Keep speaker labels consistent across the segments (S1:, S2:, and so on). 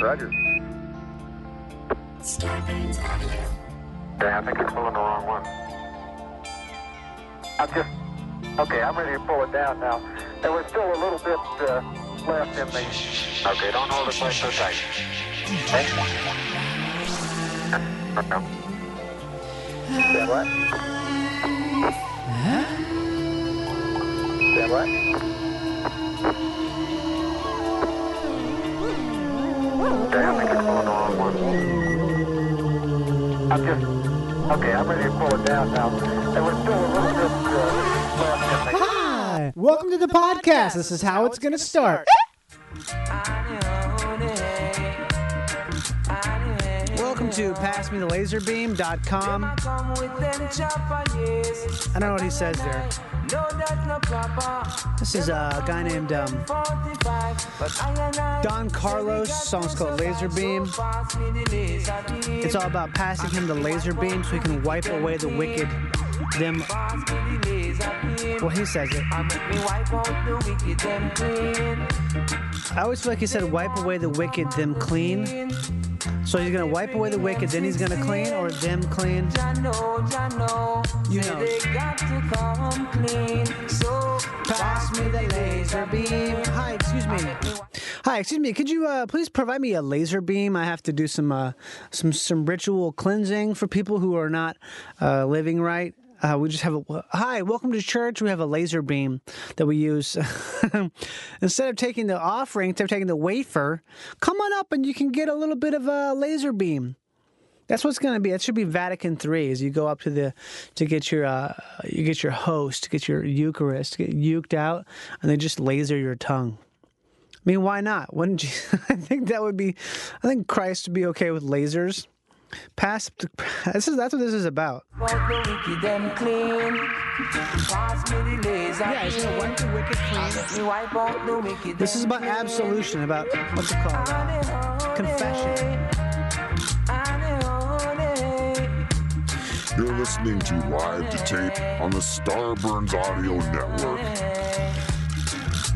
S1: Roger.
S2: Starbane's audio.
S3: Yeah, I think you're pulling the wrong one. I'm just, okay, I'm ready to pull it down now. There was still a little bit uh, left in the. Okay, don't hold it quite so tight. Okay? Said what? Said what? Okay, I think you're pulling the wrong one. I'm just, okay, I'm ready to pull it down now. There was still a little bit uh, left in
S4: Ah!
S3: the.
S4: Hi, welcome to the podcast. This is how it's going to start. Welcome to PassMeTheLaserbeam.com. I don't know what he says there. This is a guy named um, Don Carlos. Song's called Laser Beam. It's all about passing him the laser beam so he can wipe away the wicked. Them. Well, he says it. I always feel like he said, "Wipe away the wicked, them clean." So he's gonna wipe away the wicked, then he's gonna clean, or them clean. You know. Pass me the laser beam. Hi, excuse me. Hi, excuse me. Could you uh, please provide me a laser beam? I have to do some uh, some some ritual cleansing for people who are not uh, living right. Uh, we just have a hi. Welcome to church. We have a laser beam that we use instead of taking the offering, instead of taking the wafer. Come on up, and you can get a little bit of a laser beam. That's what's going to be. That should be Vatican III. Is you go up to the to get your uh, you get your host, get your Eucharist, get uked out, and they just laser your tongue. I mean, why not? Wouldn't you? I think that would be. I think Christ would be okay with lasers. Pass. This is that's what this is about. Yeah, it's gonna wipe the wicked clean. This is about absolution, about what's it called? Uh, confession.
S5: You're listening to Live to Tape on the Starburns Audio Network.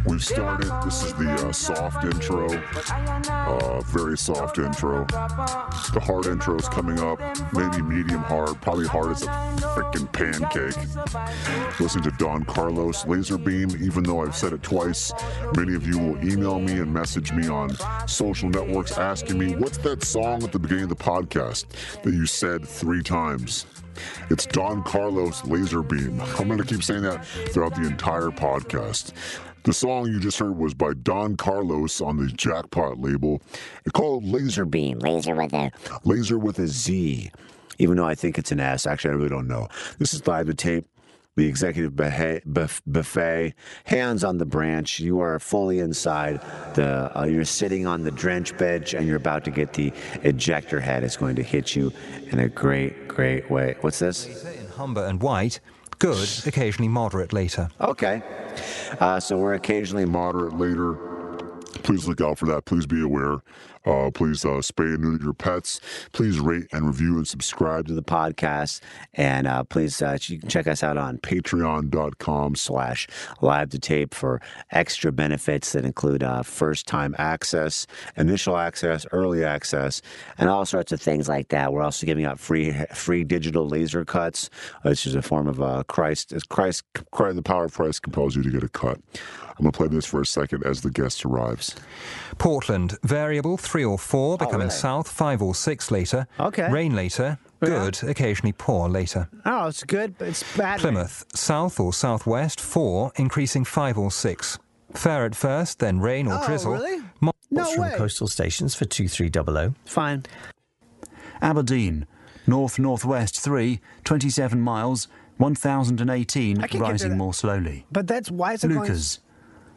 S5: We've started. This is the uh, soft intro, uh, very soft intro. The hard intro is coming up, maybe medium hard, probably hard as a freaking pancake. Listening to Don Carlos Laserbeam, even though I've said it twice, many of you will email me and message me on social networks asking me, What's that song at the beginning of the podcast that you said three times? It's Don Carlos Laserbeam. I'm going to keep saying that throughout the entire podcast. The song you just heard was by Don Carlos on the Jackpot label. It's called Laser
S2: Beam, laser with a.
S5: Laser with a Z, even though I think it's an S. Actually, I really don't know. This is live to tape, the executive beha- buff- buffet, hands on the branch. You are fully inside. The uh, you're sitting on the drench bench, and you're about to get the ejector head. It's going to hit you in a great, great way. What's this?
S6: in Humber and White. Good, occasionally moderate later.
S5: Okay. Uh, so we're occasionally moderate later. Please look out for that. Please be aware. Uh, please uh, spay and neuter your pets. Please rate and review and subscribe to the podcast. And uh, please uh, you can check us out on patreon.com slash live to tape for extra benefits that include uh, first time access, initial access, early access, and all sorts of things like that. We're also giving out free free digital laser cuts, which is a form of uh, Christ, Christ, Christ, the power of Christ compels you to get a cut. I'm going to play this for a second as the guest arrives.
S6: Portland, variable three or four, becoming
S5: really?
S6: south five or six later.
S4: Oh, Okay.
S6: Rain later. Good, occasionally poor later.
S4: Oh, it's good, but it's bad.
S6: Plymouth, south or southwest four, increasing five or six. Fair at first, then rain or
S4: Oh,
S6: drizzle.
S4: really?
S6: Mo-
S4: No
S7: from
S4: way.
S7: coastal stations for 2300.
S4: Fine.
S8: Aberdeen, north northwest 3, 27 miles, 1018,
S4: I can get to that.
S8: rising more slowly.
S4: But that's why is it going?
S8: Lucas,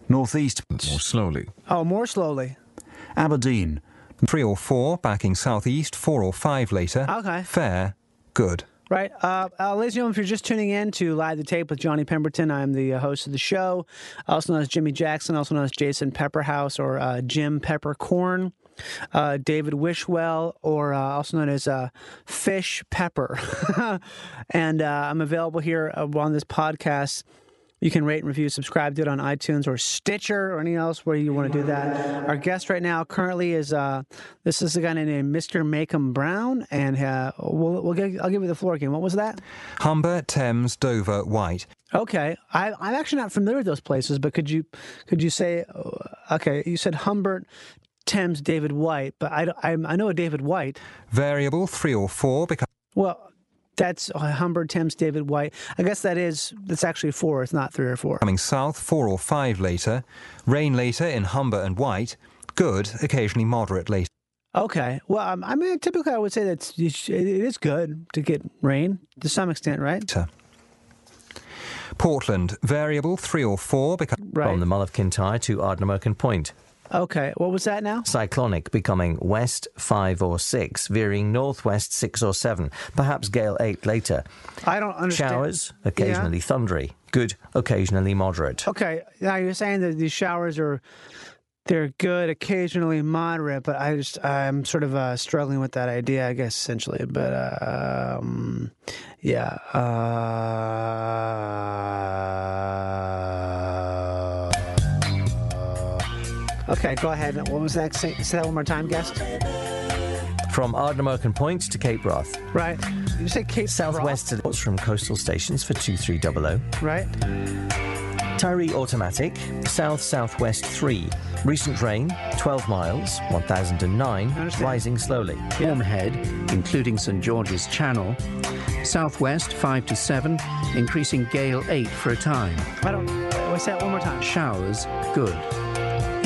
S8: northeast
S9: slowly.
S4: Oh, more slowly.
S8: Aberdeen,
S6: Three or four, backing southeast four or five later.
S4: Okay.
S6: Fair. Good.
S4: Right. Uh, uh, ladies and gentlemen, if you're just tuning in to Live the Tape with Johnny Pemberton, I'm the uh, host of the show, also known as Jimmy Jackson, also known as Jason Pepperhouse or uh, Jim Peppercorn, uh, David Wishwell, or uh, also known as uh, Fish Pepper. and uh, I'm available here uh, on this podcast You can rate and review, subscribe to it on iTunes or Stitcher or any else where you want to do that. Our guest right now currently is uh, this is a guy named Mr. Makem Brown, and uh, we'll, we'll get, I'll give you the floor again. What was that?
S6: Humber, Thames, Dover, White.
S4: Okay, I, I'm actually not familiar with those places, but could you could you say? uh, Okay, you said Humbert, Thames, David White, but I, I, I know a David White.
S6: Variable three or four becomes
S4: Well, that's uh, Humbert, Thames, David White. I guess that is that's actually four. It's not three or four.
S6: coming south four or five later. Rain later in Humber and White. Good, occasionally moderate later.
S4: Okay. Well, um, I mean, typically I would say that's you sh- it is good to get rain to some extent, right?
S6: Portland, variable three or four becomes
S4: Right.
S7: From the Mull of Kintyre to Ardnamurchan Point.
S4: okay. What was that now?
S7: Cyclonic becoming west 5 or 6, veering northwest 6 or 7, perhaps gale 8 later.
S4: I don't understand.
S7: Showers, occasionally thundery. Good, occasionally moderate.
S4: Okay. Now you're saying that these showers are they're good, occasionally moderate, but I just I'm sort of uh, struggling with that idea, I guess, essentially. But uh, um, yeah. Uh, okay. Go ahead. What was that? Say, say that one more time, guest.
S7: From Ardnamurchan Point to Cape Wrath.
S4: Right. You say Cape Broth,
S7: Southwesterly reports from coastal stations for 2300.
S4: right?
S7: Tyree Automatic, south southwest 3. Recent rain, 12 miles, 1009,
S4: Understand.
S7: rising slowly.
S1: Ormhead, including St George's Channel, southwest 5 to 7, increasing gale 8 for a time.
S4: I don't. What's that? One more time.
S1: Showers, good.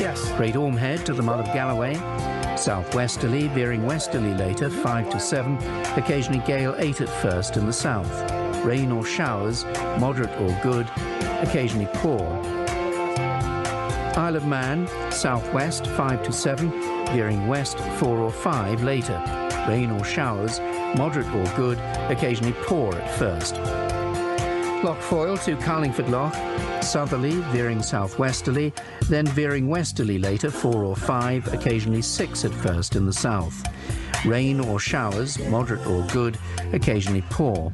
S4: Yes.
S1: Great Ormhead to the Mull of Galloway, southwesterly, veering westerly later 5 to 7, occasionally gale 8 at first in the south. Rain or showers, moderate or good, occasionally poor. Isle of Man, southwest 5 to 7, veering west 4 or 5 later. Rain or showers, moderate or good, occasionally poor at first. Loch Foyle to Carlingford Loch, southerly, veering southwesterly, then veering westerly later, four or five, occasionally six at first in the south. Rain or showers, moderate or good, occasionally poor.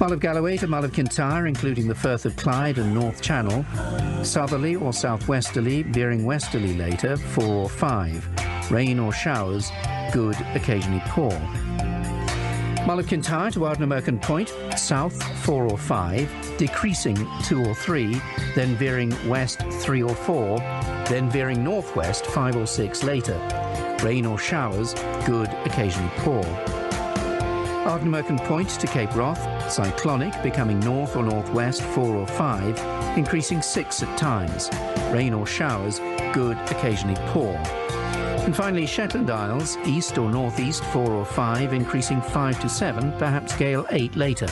S1: Mull of Galloway to Mull of Kintyre, including the Firth of Clyde and North Channel, southerly or southwesterly, veering westerly later, four or five. Rain or showers, good, occasionally poor. Mull of Kintyre to Ardnamurchan Point, south 4 or 5, decreasing 2 or 3, then veering west 3 or 4, then veering northwest 5 or 6 later. Rain or showers, good, occasionally poor. Ardnamurchan Point to Cape Roth, cyclonic, becoming north or northwest 4 or 5, increasing 6 at times. Rain or showers, good, occasionally poor. And finally, Shetland Isles, east or northeast, 4 or 5, increasing 5 to 7, perhaps gale 8 later.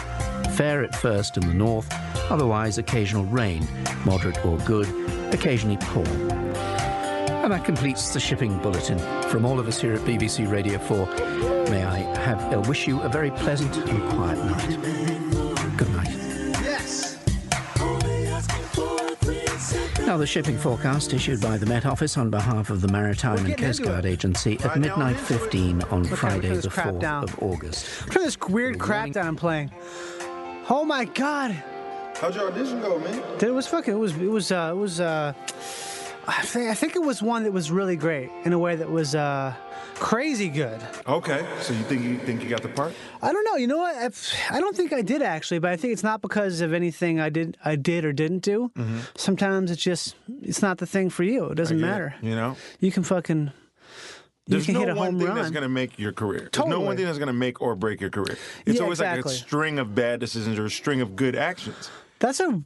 S1: Fair at first in the north, otherwise occasional rain, moderate or good, occasionally poor. And Ah, that completes the shipping bulletin. From all of us here at BBC Radio 4, may I have uh, wish you a very pleasant and quiet night. Good night. Now, the shipping forecast issued by the Met Office on behalf of the Maritime and
S4: getting
S1: Coast
S4: into
S1: Guard
S4: it.
S1: Agency at midnight 15 on
S4: put
S1: Friday,
S4: this
S1: the
S4: crap
S1: 4th
S4: down.
S1: of August.
S4: Look at this weird crap that I'm playing. Oh my god.
S9: How'd your audition go, man?
S4: Dude, It was fucking. It was. It was. Uh, it was. Uh, I think. I think it was one that was really great in a way that was uh, crazy good.
S9: Okay, so you think you think you got the part?
S4: I don't know. You know what? I've, I don't think I did actually, but I think it's not because of anything I did. I did or didn't do.
S9: Mm-hmm.
S4: Sometimes it's just it's not the thing for you. It doesn't
S9: Yeah,
S4: matter.
S9: You know,
S4: You can fucking.
S9: there's
S4: you can
S9: no
S4: hit a
S9: one
S4: home
S9: thing
S4: run.
S9: that's gonna make your career. There's no
S4: Totally.
S9: one thing that's gonna make or break your career. It's
S4: Yeah,
S9: always
S4: exactly.
S9: like a string of bad decisions or a string of good actions.
S4: That's a.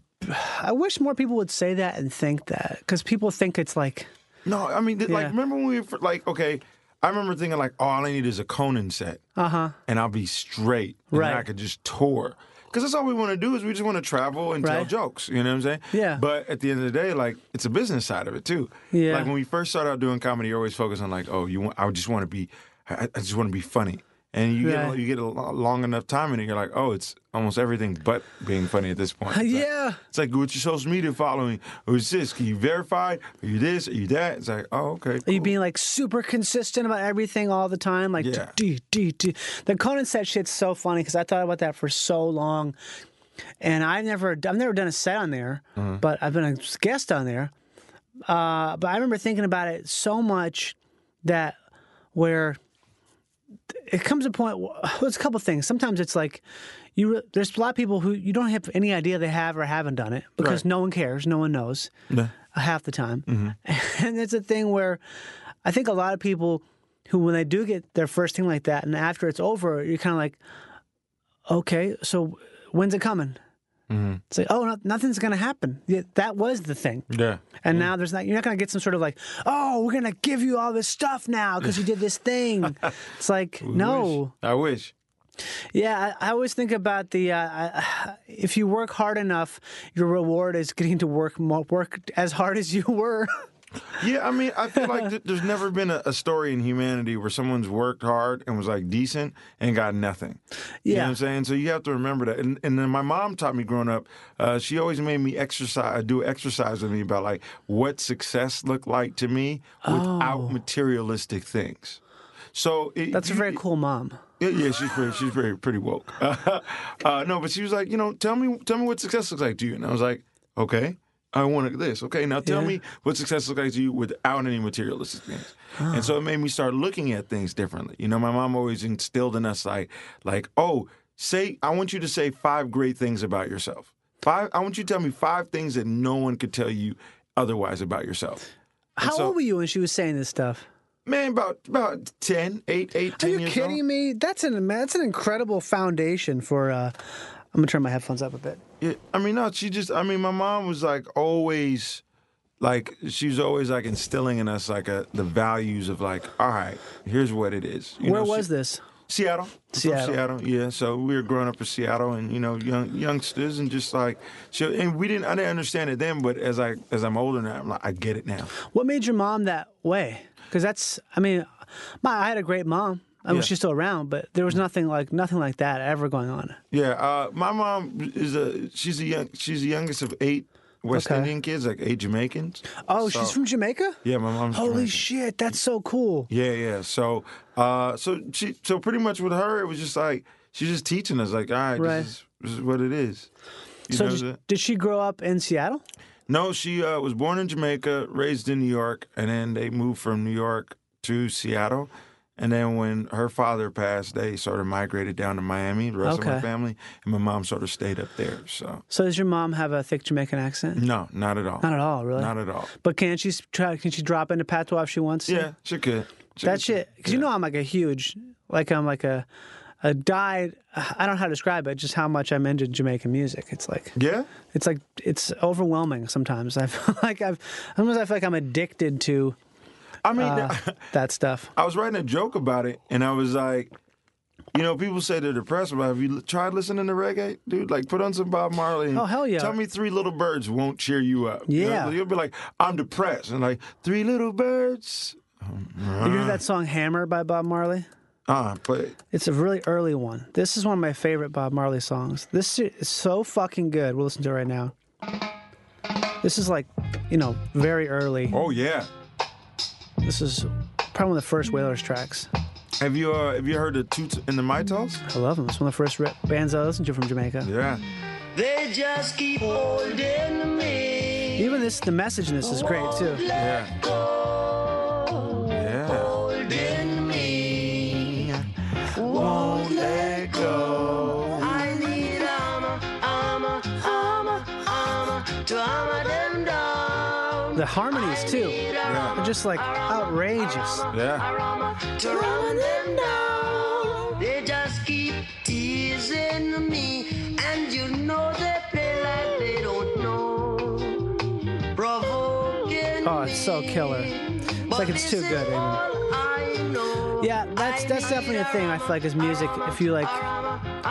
S4: I wish more people would say that and think that because people think it's like
S9: No, I mean, th-
S4: Yeah.
S9: like remember when we were fir- like okay. I remember thinking like, "Oh, all I need is a Conan set, uh huh, and I'll be straight, and then
S4: Uh-huh. Right.
S9: I could just tour, because that's all we want to do is we just want to travel and tell
S4: Right.
S9: jokes. You know what I'm saying?
S4: Yeah.
S9: But at the end of the day, like it's a business side of it too.
S4: Yeah.
S9: Like when we first started out doing comedy, you're always focused on like, oh, you want, I just want to be, I, I just want to be funny, and you
S4: Yeah.
S9: get a- you get a lo- long enough time in it, you're like, oh, it's almost everything but being funny at this point. It's like-
S4: Yeah.
S9: it's like, what's your social media following? Who's this? Can you verify? Are you this? Are you that? It's like, oh, okay.
S4: Are you
S9: cool.
S4: being like super consistent about everything all the time? Like,
S9: Yeah.
S4: d d d. The Conan said shit's so funny because I thought about that for so long. and I never I've never done a set on there, but I've been a guest on there. Uh, but I remember thinking about it so much that where it comes a point. Well, it's a couple things. Sometimes it's like you. Re, there's a lot of people who you don't have any idea they have or haven't done it because no one cares, no one knows half the time. And it's a thing where I think a lot of people who, when they do get their first thing like that, and after it's over, you're kind of like, okay, so when's it coming?
S9: Mm-hmm.
S4: It's like, oh, no, nothing's going to happen. Yeah, that was the thing.
S9: Yeah.
S4: And now there's not, you're not going to get some sort of like, oh, we're going to give you all this stuff now because you did this thing. it's like, no.
S9: I wish.
S4: Yeah, I, I always think about the uh, I- if you work hard enough, your reward is getting to work more, work as hard as you were.
S9: Yeah, I mean, I feel like th- there's never been a, a story in humanity where someone's worked hard and was like decent and got nothing. You know
S4: Yeah.
S9: what I'm saying? So you have to remember that. And, and then my mom taught me growing up, uh, she always made me exercise, do exercise with me about like what success looked like to me without materialistic things. So it,
S4: Oh. That's a
S9: you-
S4: very cool mom.
S9: yeah, yeah, she's pretty, she's very pretty woke. Uh, no, but she was like, you know, tell me, tell me what success looks like to you, and I was like, okay, I want this. Okay, now tell
S4: Yeah.
S9: me what success looks like to you without any materialistic things. And so it made me start looking at things differently. You know, my mom always instilled in us like, like, oh, say, I want you to say five great things about yourself. Five, I want you to tell me five things that no one could tell you otherwise about yourself.
S4: How
S9: so-
S4: old were you when she was saying this stuff?
S9: Man, about about 10, 8, 8,
S4: Are
S9: 10
S4: you
S9: years
S4: kidding
S9: old.
S4: me? That's an that's an incredible foundation for. Uh, I'm gonna turn my headphones up a bit.
S9: Yeah, I mean, no, she just, I mean, my mom was like always, like, she was always like instilling in us like a, the values of like, all right, here's what it is. You
S4: Where
S9: know,
S4: was
S9: she,
S4: this?
S9: Seattle. I'm
S4: Seattle.
S9: From Seattle. Yeah. So we were growing up in Seattle and, you know, young youngsters and just like, she, and we didn't, I didn't understand it then, but as I, as I'm older now, I'm like, I get it now.
S4: What made your mom that way? Because that's, I mean, my I had a great mom. I mean,
S9: Yeah. Mm-hmm.
S4: she's still around, but there was nothing like nothing like that ever going on.
S9: Yeah, uh, my mom is a she's a young she's the youngest of eight West
S4: Okay.
S9: Indian kids, like eight Jamaicans.
S4: Oh,
S9: So-
S4: she's from Jamaica.
S9: Yeah, my mom's
S4: Holy
S9: Jamaican.
S4: shit, that's so cool.
S9: Yeah, yeah. So, uh, so she, so pretty much with her, it was just like she's just teaching us, like, all right,
S4: Right.
S9: This, is, this is what it is. You
S4: So
S9: know
S4: did-
S9: that?
S4: did she grow up in Seattle?
S9: No, she uh, was born in Jamaica, raised in New York, and then they moved from New York to Seattle. And then when her father passed, they sort of migrated down to Miami. The rest of
S4: Okay.
S9: my family and my mom sort of stayed up there. So,
S4: So does your mom have a thick Jamaican accent?
S9: no, not at all.
S4: Not at all, really.
S9: Not at all.
S4: But can she s- try? Can she drop into patois if she wants? to?
S9: Yeah, she could. She
S4: That
S9: could.
S4: shit, because you know I'm like a huge, like I'm like a, a died. I don't know how to describe it. Just how much I'm into Jamaican music. It's like,
S9: Yeah.
S4: it's like it's overwhelming sometimes. I feel like I've sometimes I feel like I'm addicted to
S9: I mean,
S4: Uh, that stuff.
S9: I was writing a joke about it, and I was like, you know, people say they're depressed, but have you l- tried listening to reggae, dude? Like, put on some Bob Marley. and
S4: Oh, hell yeah.
S9: Tell me three little birds won't cheer you up. You know,
S4: Yeah.
S9: you'll be like, I'm depressed, and like three little birds.
S4: Did you hear that song "Hammer" by Bob Marley?
S9: Ah, but
S4: It's a really early one. This is one of my favorite Bob Marley songs. This is so fucking good. We'll listen to it right now. This is like, you know, very early.
S9: oh yeah.
S4: This is probably one of the first Whalers tracks.
S9: Have you uh, have you heard the Toots and the Mitals?
S4: I love them. It's one of the first rip bands I listened to from Jamaica.
S9: Yeah.
S10: They just keep holding me.
S4: Even this, the message in this is great too.
S9: Yeah. Yeah.
S10: Holding me.
S9: Won't let go.
S10: I need armor, armor, armor, armor to armor them down.
S4: The harmonies too
S9: Yeah.
S4: are just like outrageous.
S9: Yeah.
S10: To armor them down. They just keep teasing me. And you know they play like they don't know. Provoking
S4: Oh, it's so
S10: me.
S4: killer. It's like it's too good. Even. Yeah, that's that's definitely a thing. I feel like is music. If you like,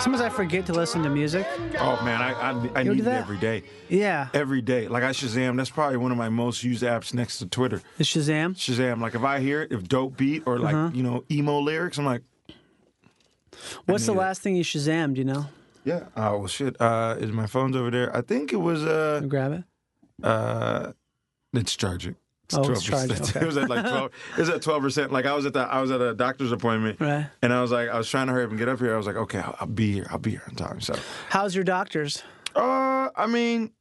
S4: sometimes I forget to listen to music.
S9: Oh man, I I, I
S4: do
S9: need it
S4: that?
S9: every day.
S4: Yeah,
S9: every day. Like I Shazam, that's probably one of my most used apps next to Twitter.
S4: the Shazam.
S9: Shazam, like if I hear it, if dope beat or like
S4: Uh-huh.
S9: you know emo lyrics, I'm like,
S4: What's the
S9: need it.
S4: last thing you Shazammed? You know,
S9: yeah. Oh well, shit. Uh, is my phone's over there? I think it was uh,
S4: grab it.
S9: uh, it's charging. It's
S4: Oh, it's charging, okay.
S9: it was at like twelve. it was at twelve percent. Like I was at the I was at a doctor's appointment,
S4: Right.
S9: and I was like I was trying to hurry up and get up here. I was like, okay, I'll, I'll be here. I'll be here on time. So
S4: How's your doctors?
S9: Uh, I mean,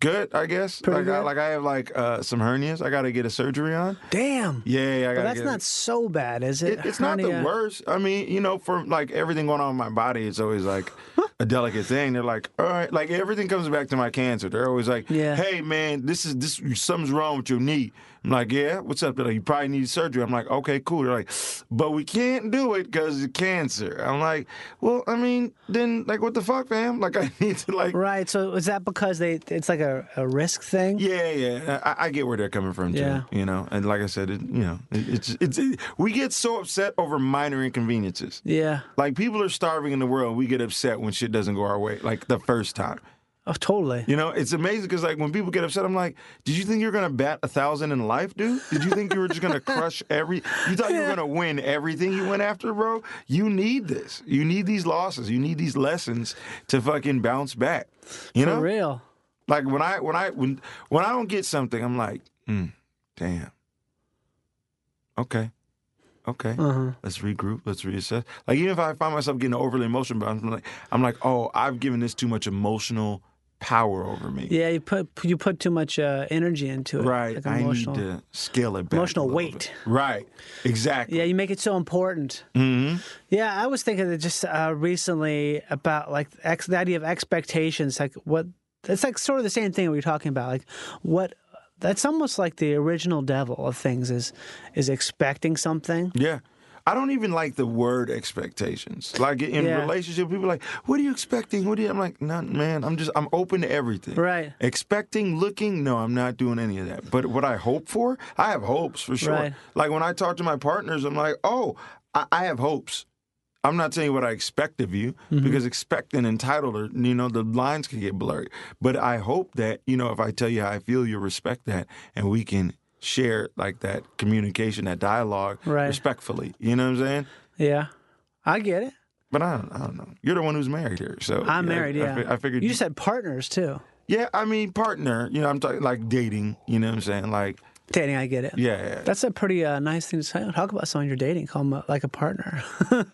S9: good, I guess. like, I, like I have like uh, some hernias. I got to get a surgery on.
S4: Damn.
S9: Yeah, I got.
S4: But that's not so bad, is it? uh,
S9: It, it's not the
S4: Hernia.
S9: worst. I mean, you know, for like everything going on in my body, it's always like a delicate thing. They're like, all right, like everything comes back to my cancer. They're always like,
S4: Yeah.
S9: hey man, this is this something's wrong with your knee. I'm like, yeah, what's up? They're like, you probably need surgery. I'm like, okay, cool. They're like, but we can't do it because of cancer. I'm like, well, I mean, then like, what the fuck, fam? Like, I need to like.
S4: Right. So is that because they? It's like a, a risk thing.
S9: Yeah, yeah, I, I get where they're coming from too.
S4: Yeah.
S9: You know, and like I said, it, you know, it, it's it's it, we get so upset over minor inconveniences.
S4: Yeah.
S9: Like people are starving in the world. We get upset when shit doesn't go our way, like the first time.
S4: Oh, totally.
S9: You know, it's amazing because like when people get upset, I'm like, did you think you were gonna bat a thousand in life, dude? Did you think you were just gonna crush every? You thought you were gonna win everything you went after, bro? You need this. You need these losses. You need these lessons to fucking bounce back. You know,
S4: For real.
S9: like when I when I when when I don't get something, I'm like, mm, damn. Okay. Okay. Let's regroup. Let's reassess. Like even if I find myself getting overly emotional, but I'm like, I'm like, oh, I've given this too much emotional power over me.
S4: Yeah. You put you put too much uh, energy into it.
S9: Right.
S4: Like
S9: I need
S4: emotional.
S9: to scale it back. a
S4: emotional
S9: little
S4: weight.
S9: bit. Right. Exactly.
S4: Yeah, you make it so important.
S9: Mm-hmm.
S4: Yeah, I was thinking that just uh, recently about like ex- the idea of expectations, like what it's like sort of the same thing we were talking about, like what that's almost like the original devil of things is is expecting something.
S9: Yeah. I don't even like the word expectations. Like in
S4: Yeah.
S9: relationship, people are like, what are you expecting? What do you? I'm like, no, man. I'm just, I'm open to everything.
S4: Right.
S9: Expecting, looking, no, I'm not doing any of that. But what I hope for, I have hopes for sure.
S4: Right.
S9: Like when I talk to my partners, I'm like, oh, I, I have hopes. I'm not telling you what I expect of you
S4: Mm-hmm.
S9: because expect and entitled are, you know, the lines can get blurred. But I hope that, you know, if I tell you how I feel, you'll respect that and we can share like that communication, that dialogue
S4: Right.
S9: respectfully. You know what I'm saying?
S4: Yeah, I get it.
S9: But I don't, I don't know. You're the one who's married here. So
S4: I'm
S9: Oh, I-
S4: married.
S9: I,
S4: Yeah,
S9: fi- I, figured
S4: you just had partners too.
S9: yeah, I mean, partner, you know, I'm talking like dating, you know what I'm saying? Like,
S4: Dating, I get it.
S9: yeah, yeah.
S4: That's a pretty uh, nice thing to say. talk about someone you're dating. Call them uh, like a partner.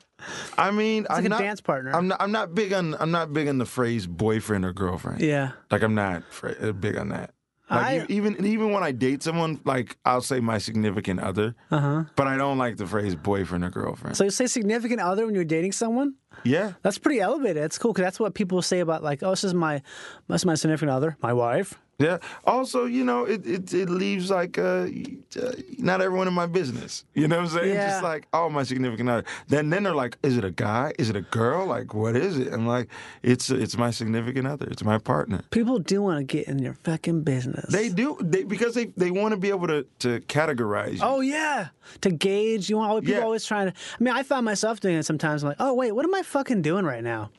S9: I mean, I'm
S4: like a
S9: not,
S4: dance partner.
S9: I'm not, I'm not big on, I'm not big on the phrase boyfriend or girlfriend.
S4: yeah,
S9: Like I'm not fr- uh, big on that. Like
S4: I-
S9: e- even even when I date someone, like I'll say my significant other, uh-huh. but I don't like the phrase boyfriend or girlfriend.
S4: so you say significant other when you're dating someone.
S9: yeah,
S4: That's pretty elevated. That's cool because that's what people say about like, oh, this is my, this is my significant other, my wife.
S9: yeah. Also, you know, it it, it leaves like uh, y- uh, not everyone in my business. You know what I'm saying?
S4: Yeah.
S9: Just like oh, my significant other. Then then they're like, is it a guy? Is it a girl? Like what is it? I'm like, it's it's my significant other. It's my partner.
S4: People do want to get in your fucking business.
S9: They do they because they they want to be able to to categorize. You.
S4: Oh yeah, to gauge. You want always, people
S9: Yeah.
S4: always trying to. I mean, I found myself doing it sometimes. I'm like, oh wait, what am I fucking doing right now?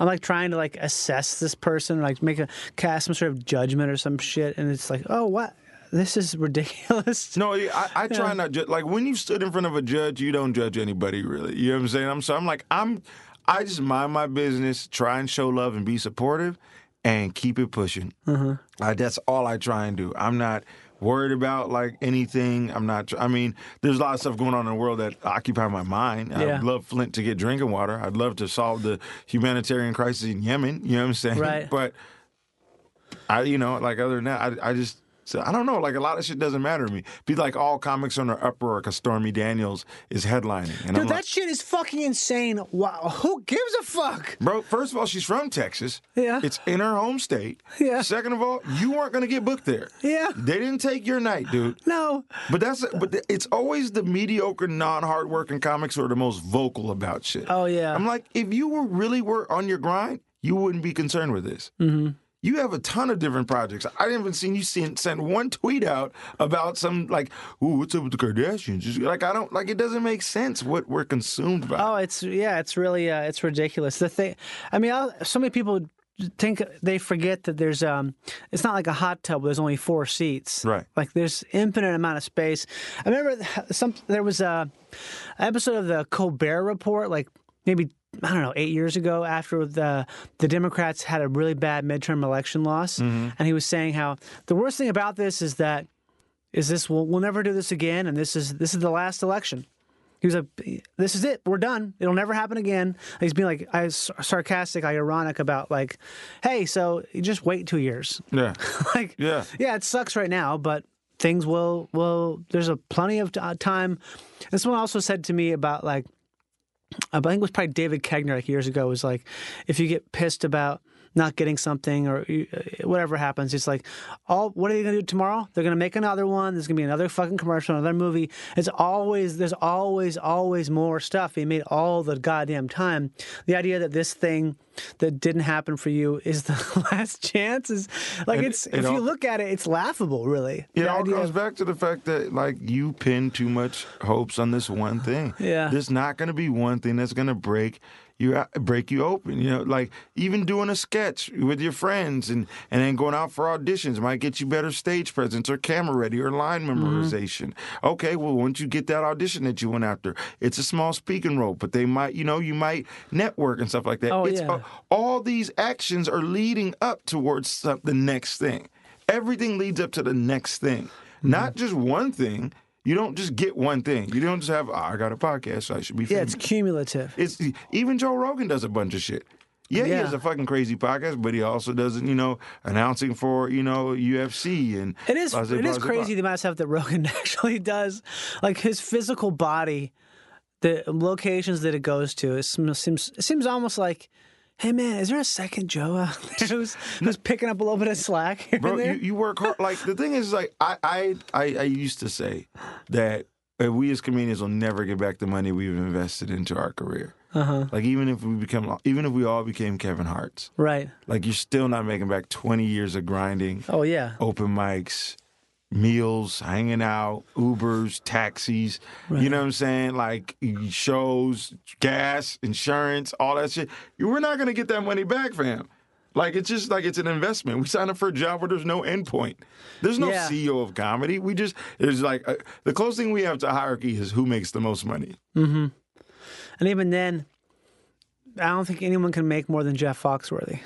S4: I'm like trying to like assess this person, like make a cast some sort of judgment or some shit, and it's like, oh what, this is ridiculous.
S9: No, yeah, I, I try not ju- like when you stood in front of a judge, you don't judge anybody really. You know what I'm saying? I'm so I'm like I'm I just mind my business, try and show love and be supportive, and keep it pushing.
S4: Uh-huh.
S9: Like that's all I try and do. I'm not worried about like anything. I'm not. tr- I mean, there's a lot of stuff going on in the world that occupy my mind.
S4: Yeah.
S9: I'd love Flint to get drinking water. I'd love to solve the humanitarian crisis in Yemen. You know what I'm saying?
S4: Right.
S9: But I, you know, like other than that, I, I just, so I don't know. Like a lot of shit doesn't matter to me. Be like all comics on the uproar because Stormy Daniels is headlining, and I'm
S4: Dude,
S9: like,
S4: that shit is fucking insane. Wow, who gives a fuck?
S9: bro. First of all, she's from Texas.
S4: Yeah.
S9: it's in her home state.
S4: Yeah.
S9: Second of all, you weren't gonna get booked there.
S4: Yeah.
S9: They didn't take your night, dude.
S4: No,
S9: But that's but th- it's always the mediocre, non-hardworking comics who are the most vocal about shit.
S4: Oh, yeah.
S9: I'm like, if you were really were on your grind, you wouldn't be concerned with this. Mm-hmm. You have a ton of different projects. I didn't even seen you send send one tweet out about some like, ooh, what's up with the Kardashians? Just- Like I don't like it doesn't make sense what we're consumed by.
S4: Oh, it's yeah, it's really uh, it's ridiculous. The thing, I mean, i so many people think they forget that there's um, it's not like a hot tub. There's only four seats.
S9: Right.
S4: Like there's infinite amount of space. I remember some there was a episode of the Colbert Report, like maybe. I don't know, eight years ago, after the the Democrats had a really bad midterm election loss, and he was saying how the worst thing about this is that is this we'll, we'll never do this again, and this is this is the last election. He was like, "This is it. We're done. It'll never happen again." He's being like, I was sarcastic, I ironic about like, "Hey, so you just wait two years."
S9: Yeah.
S4: like,
S9: yeah,
S4: yeah, it sucks right now, but things will will. There's a plenty of t- uh, time. This one also said to me about like, I think it was probably David Kegner like years ago was like, if you get pissed about not getting something or you- uh, whatever happens, it's like, all what are they going to do tomorrow? They're going to make another one. There's going to be another fucking commercial, another movie. It's always there's always always more stuff being made all the goddamn time. The idea that this thing that didn't happen for you is the last chance is like
S9: It-
S4: it's
S9: it
S4: if you
S9: all-
S4: look at it, it's laughable, really.
S9: It
S4: The
S9: all
S4: idea
S9: comes
S4: of-
S9: back to the fact that like you pin too much hopes on this one thing.
S4: Yeah.
S9: there's not going to be one thing that's going to break you break you open. You know, like even doing a sketch with your friends and and then going out for auditions might get you better stage presence or camera ready or line
S4: Mm-hmm.
S9: memorization. Okay, well once you get that audition that you went after, it's a small speaking role, but they might you know you might network and stuff like that.
S4: Oh,
S9: it's
S4: yeah.
S9: all these actions are leading up towards some, the next thing. Everything leads up to the next thing,
S4: Mm-hmm.
S9: not just one thing. You don't just get one thing. You don't just have, "Oh, I got a podcast, so I should be
S4: yeah,
S9: famous.
S4: it's cumulative.
S9: it's, even Joe Rogan does a bunch of shit. Yeah, he
S4: Yeah.
S9: has a fucking crazy podcast, but he also does, you know, announcing for, you know, UFC and
S4: It is
S9: blah, blah,
S4: it is
S9: blah, blah.
S4: crazy the amount of stuff that Rogan actually does. Like his physical body, the locations that it goes to, it seems seems, it seems almost like, hey man, is there a second Joe out there who's, who's picking up a little bit of slack here
S9: bro.
S4: and
S9: You,
S4: there?
S9: you work hard. Like the thing is, like I, I, I, I used to say that uh, we as comedians will never get back the money we've invested into our career. Like even if we become, even if we all became Kevin Hart's,
S4: right.
S9: like you're still not making back 20 years of grinding,
S4: Oh yeah.
S9: open mics, meals, hanging out, Ubers, taxis. You know what I'm saying? Like shows, gas, insurance, all that shit. You- We're not gonna get that money back, fam. Like it's just like it's an investment. We sign up for a job where there's no end point. There's no
S4: Yeah.
S9: CEO of comedy. We just there's like uh the closest thing we have to hierarchy is who makes the most money.
S4: And even then, I don't think anyone can make more than Jeff Foxworthy.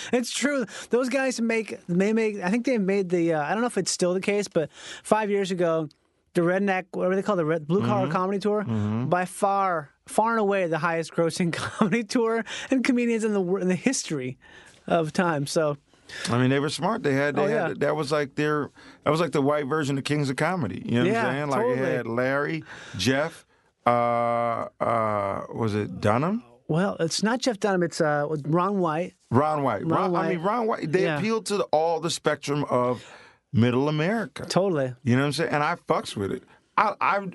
S4: it's true. Those guys make they make. I think they made the. Uh, I don't know if it's still the case, but five years ago, the redneck whatever they call the red, blue collar comedy tour by far far and away the highest grossing comedy tour and comedians in the wor- in the history of time. So
S9: I mean, they were smart. They had, they
S4: Oh,
S9: had
S4: yeah.
S9: that was like their that was like the white version of Kings of Comedy. You know what
S4: Yeah,
S9: I'm saying? Like
S4: totally.
S9: it had Larry, Jeff, uh, uh, was it Dunham?
S4: well, it's not Jeff Dunham. It's uh Ron White.
S9: Ron White.
S4: Ron
S9: I mean,
S4: White.
S9: Ron White. They
S4: Yeah.
S9: appealed to the, all the spectrum of middle America.
S4: Totally.
S9: You know what I'm saying? And I fucks with it. I, I,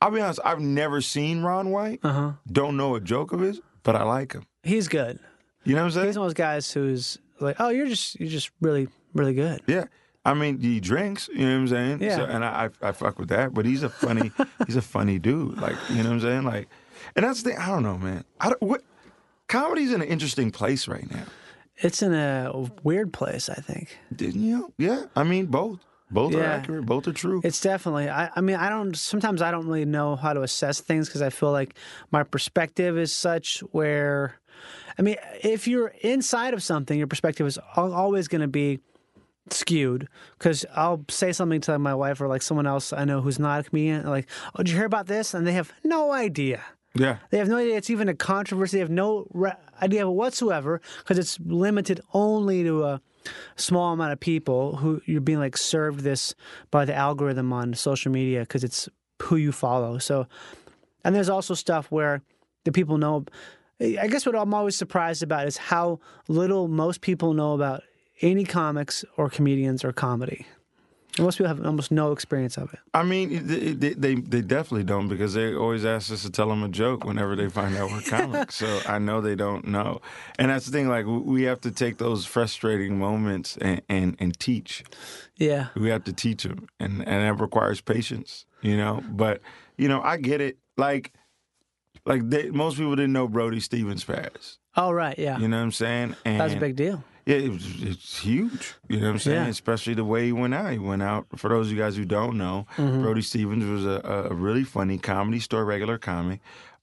S9: I'll be honest. I've never seen Ron White. Uh-huh. Don't know a joke of his, but I like him.
S4: He's good.
S9: You know what I'm saying?
S4: He's one of those guys who's like, oh, you're just you're just really really good.
S9: Yeah. I mean, he drinks, you know what I'm saying?
S4: Yeah.
S9: So, and I, I I fuck with that, but he's a funny he's a funny dude, like you know what I'm saying? Like, and that's the thing. I don't know, man. I don't, what comedy's in an interesting place right now.
S4: It's in a weird place, I think.
S9: Didn't you? Yeah. I mean, both both are
S4: Yeah.
S9: accurate, both are true.
S4: It's definitely. I, I mean, I don't. Sometimes I don't really know how to assess things because I feel like my perspective is such where, I mean, if you're inside of something, your perspective is al- always going to be skewed because I'll say something to my wife or like someone else I know who's not a comedian, like, "Oh, did you hear about this?" and they have no idea.
S9: yeah.
S4: They have no idea it's even a controversy. They have no re- idea whatsoever because it's limited only to a small amount of people who you're being like served this by the algorithm on social media because it's who you follow. So, and there's also stuff where the people know. I guess what I'm always surprised about is how little most people know about any comics or comedians or comedy. Most people have almost no experience of it.
S9: I mean, they, they- they they definitely don't because they always ask us to tell them a joke whenever they find out we're comics. so I know they don't know, and that's the thing. Like w- we have to take those frustrating moments and and, and teach.
S4: Yeah.
S9: we have to teach them and and that requires patience you know but you know i get it like like they, most people didn't know brody stevens passed
S4: All right. Yeah.
S9: you know what i'm saying and
S4: That's a big deal.
S9: yeah, it was, it's huge. You know what I'm saying?
S4: Yeah.
S9: Especially the way he went out. He went out. For those of you guys who don't know,
S4: Mm-hmm.
S9: Brody Stevens was a, a- a really funny comedy store regular comic.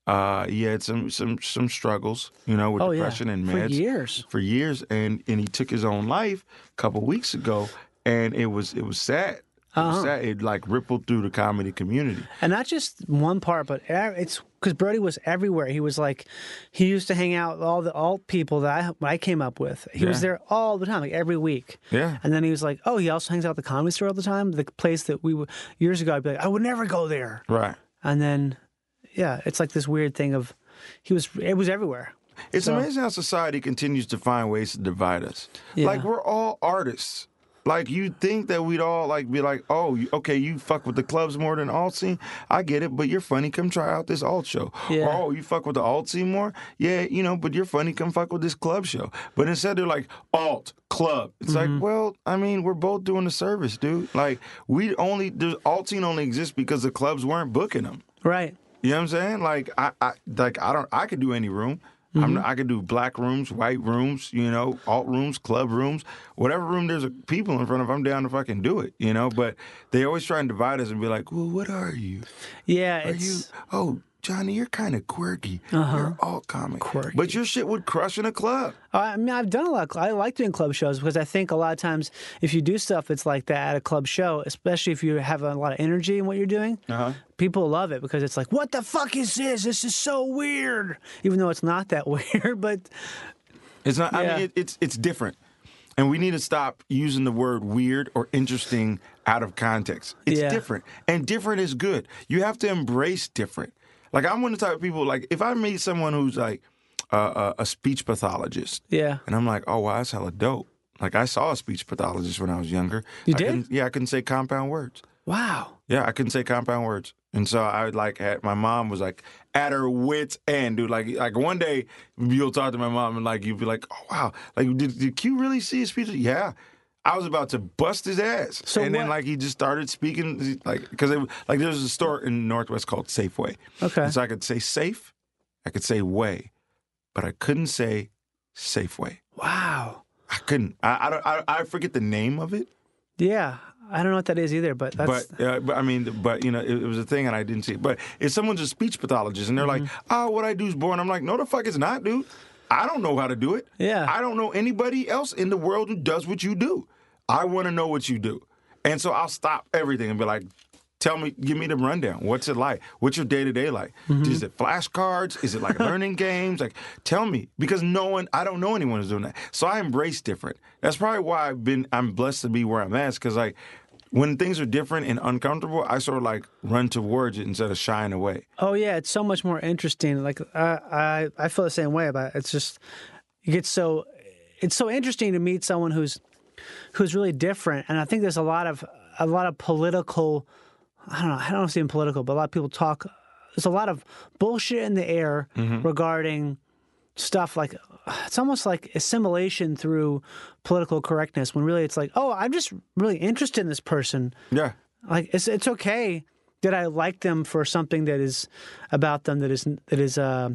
S9: Uh, he had some some some struggles, you know, with
S4: Oh, yeah.
S9: depression and
S4: For
S9: meds
S4: years.
S9: For years, and and he took his own life a couple weeks ago, and it was it was sad.
S4: Uh-huh.
S9: was sad. It like rippled through the comedy community.
S4: And not just one part, but e- it's because Brody was everywhere. He was like, he used to hang out with all the alt people that I, I came up with. He was
S9: Yeah.
S4: there all the time, like every week.
S9: Yeah.
S4: And then he was like, oh, he also hangs out at the comedy store all the time, the place that we would, years ago, I'd be like, I would never go there.
S9: Right.
S4: And then, yeah, it's like this weird thing of, he was, it was everywhere.
S9: It's
S4: So-
S9: amazing how society continues to find ways to divide us.
S4: Yeah.
S9: Like we're all artists. Like you'd think that we'd all like be like, oh, you- okay, you fuck with the clubs more than alt scene. I get it, but you're funny. Come try out this alt show.
S4: Yeah.
S9: Or, oh, you fuck with the alt scene more. Yeah, you know, but you're funny. Come fuck with this club show. But instead, they're like alt club. It's
S4: Mm-hmm.
S9: like, well, I mean, we're both doing the service, dude. Like we only the alt scene only exists because the clubs weren't booking them.
S4: Right.
S9: You know what I'm saying? Like I, I like I don't I could do any room.
S4: Mm-hmm.
S9: I'm not, I could do black rooms, white rooms, you know, alt rooms, club rooms, whatever room there's a, people in front of. I'm down to fucking do it, you know. But they always try and divide us and be like, "Well, what are you?
S4: Yeah.
S9: Are you?
S4: It's, Uh-huh.
S9: Oh, Johnny, you're kind of quirky. You're alt comic,
S4: Quirky.
S9: but your shit would crush in a club.
S4: I mean, I've done a lot. Of, I like doing club shows because I think a lot of times if you do stuff that's like that at a club show, especially if you have a lot of energy in what you're doing, people love it because it's like, what the fuck is this? This is so weird. Even though it's not that weird, but
S9: It's not. I
S4: Yeah.
S9: mean, it, it's it's different, and we need to stop using the word weird or interesting out of context. It's
S4: Yeah.
S9: different, and different is good. You have to embrace different. Like I'm one of the type of people. Like if I meet someone who's like uh, uh, a speech pathologist,
S4: yeah.
S9: and I'm like, oh wow, that's hella dope. Like I saw a speech pathologist when I was younger.
S4: You
S9: I
S4: did?
S9: couldn't- Yeah, I couldn't say compound words.
S4: Wow.
S9: Yeah, I couldn't say compound words. And so I would like had, my mom was like at her wits end, dude. Like like one day you'll talk to my mom and like you'll be like, oh wow, like did, did Q really see his speech? Yeah. I was about to bust his ass,
S4: So
S9: and then
S4: what-
S9: like he just started speaking, like because like there's a store in Northwest called Safeway.
S4: Okay.
S9: And so I could say safe, I could say way, but I couldn't say Safeway.
S4: Wow.
S9: I couldn't. I I, don't, I I forget the name of it.
S4: Yeah. I don't know what that is either, but that's
S9: But, uh, but I mean, but you know, it, it was a thing, and I didn't see it. But if someone's a speech pathologist and they're like, "Oh, what I do is boring," I'm like, "No, the fuck it's not, dude. I don't know how to do it.
S4: Yeah.
S9: I don't know anybody else in the world who does what you do. I want to know what you do, and so I'll stop everything and be like." Tell me, give me the rundown. What's it like? What's your day to day like? Is it flashcards? Is it like learning games? Like, tell me because no one, I don't know anyone who's doing that. So I embrace different. That's probably why I've been, I'm blessed to be where I'm at. Because like, when things are different and uncomfortable, I sort of like run towards it instead of shying away.
S4: Oh yeah, it's so much more interesting. Like I, I, I feel the same way about it. It's just you get so it's so interesting to meet someone who's who's really different. And I think there's a lot of a lot of political. I don't know. I don't know if it's even political, but a lot of people talk. There's a lot of bullshit in the air regarding stuff like it's almost like assimilation through political correctness. When really it's like, oh, I'm just really interested in this person
S9: Yeah.
S4: like it's it's okay that I like them for something that is about them that is that is uh,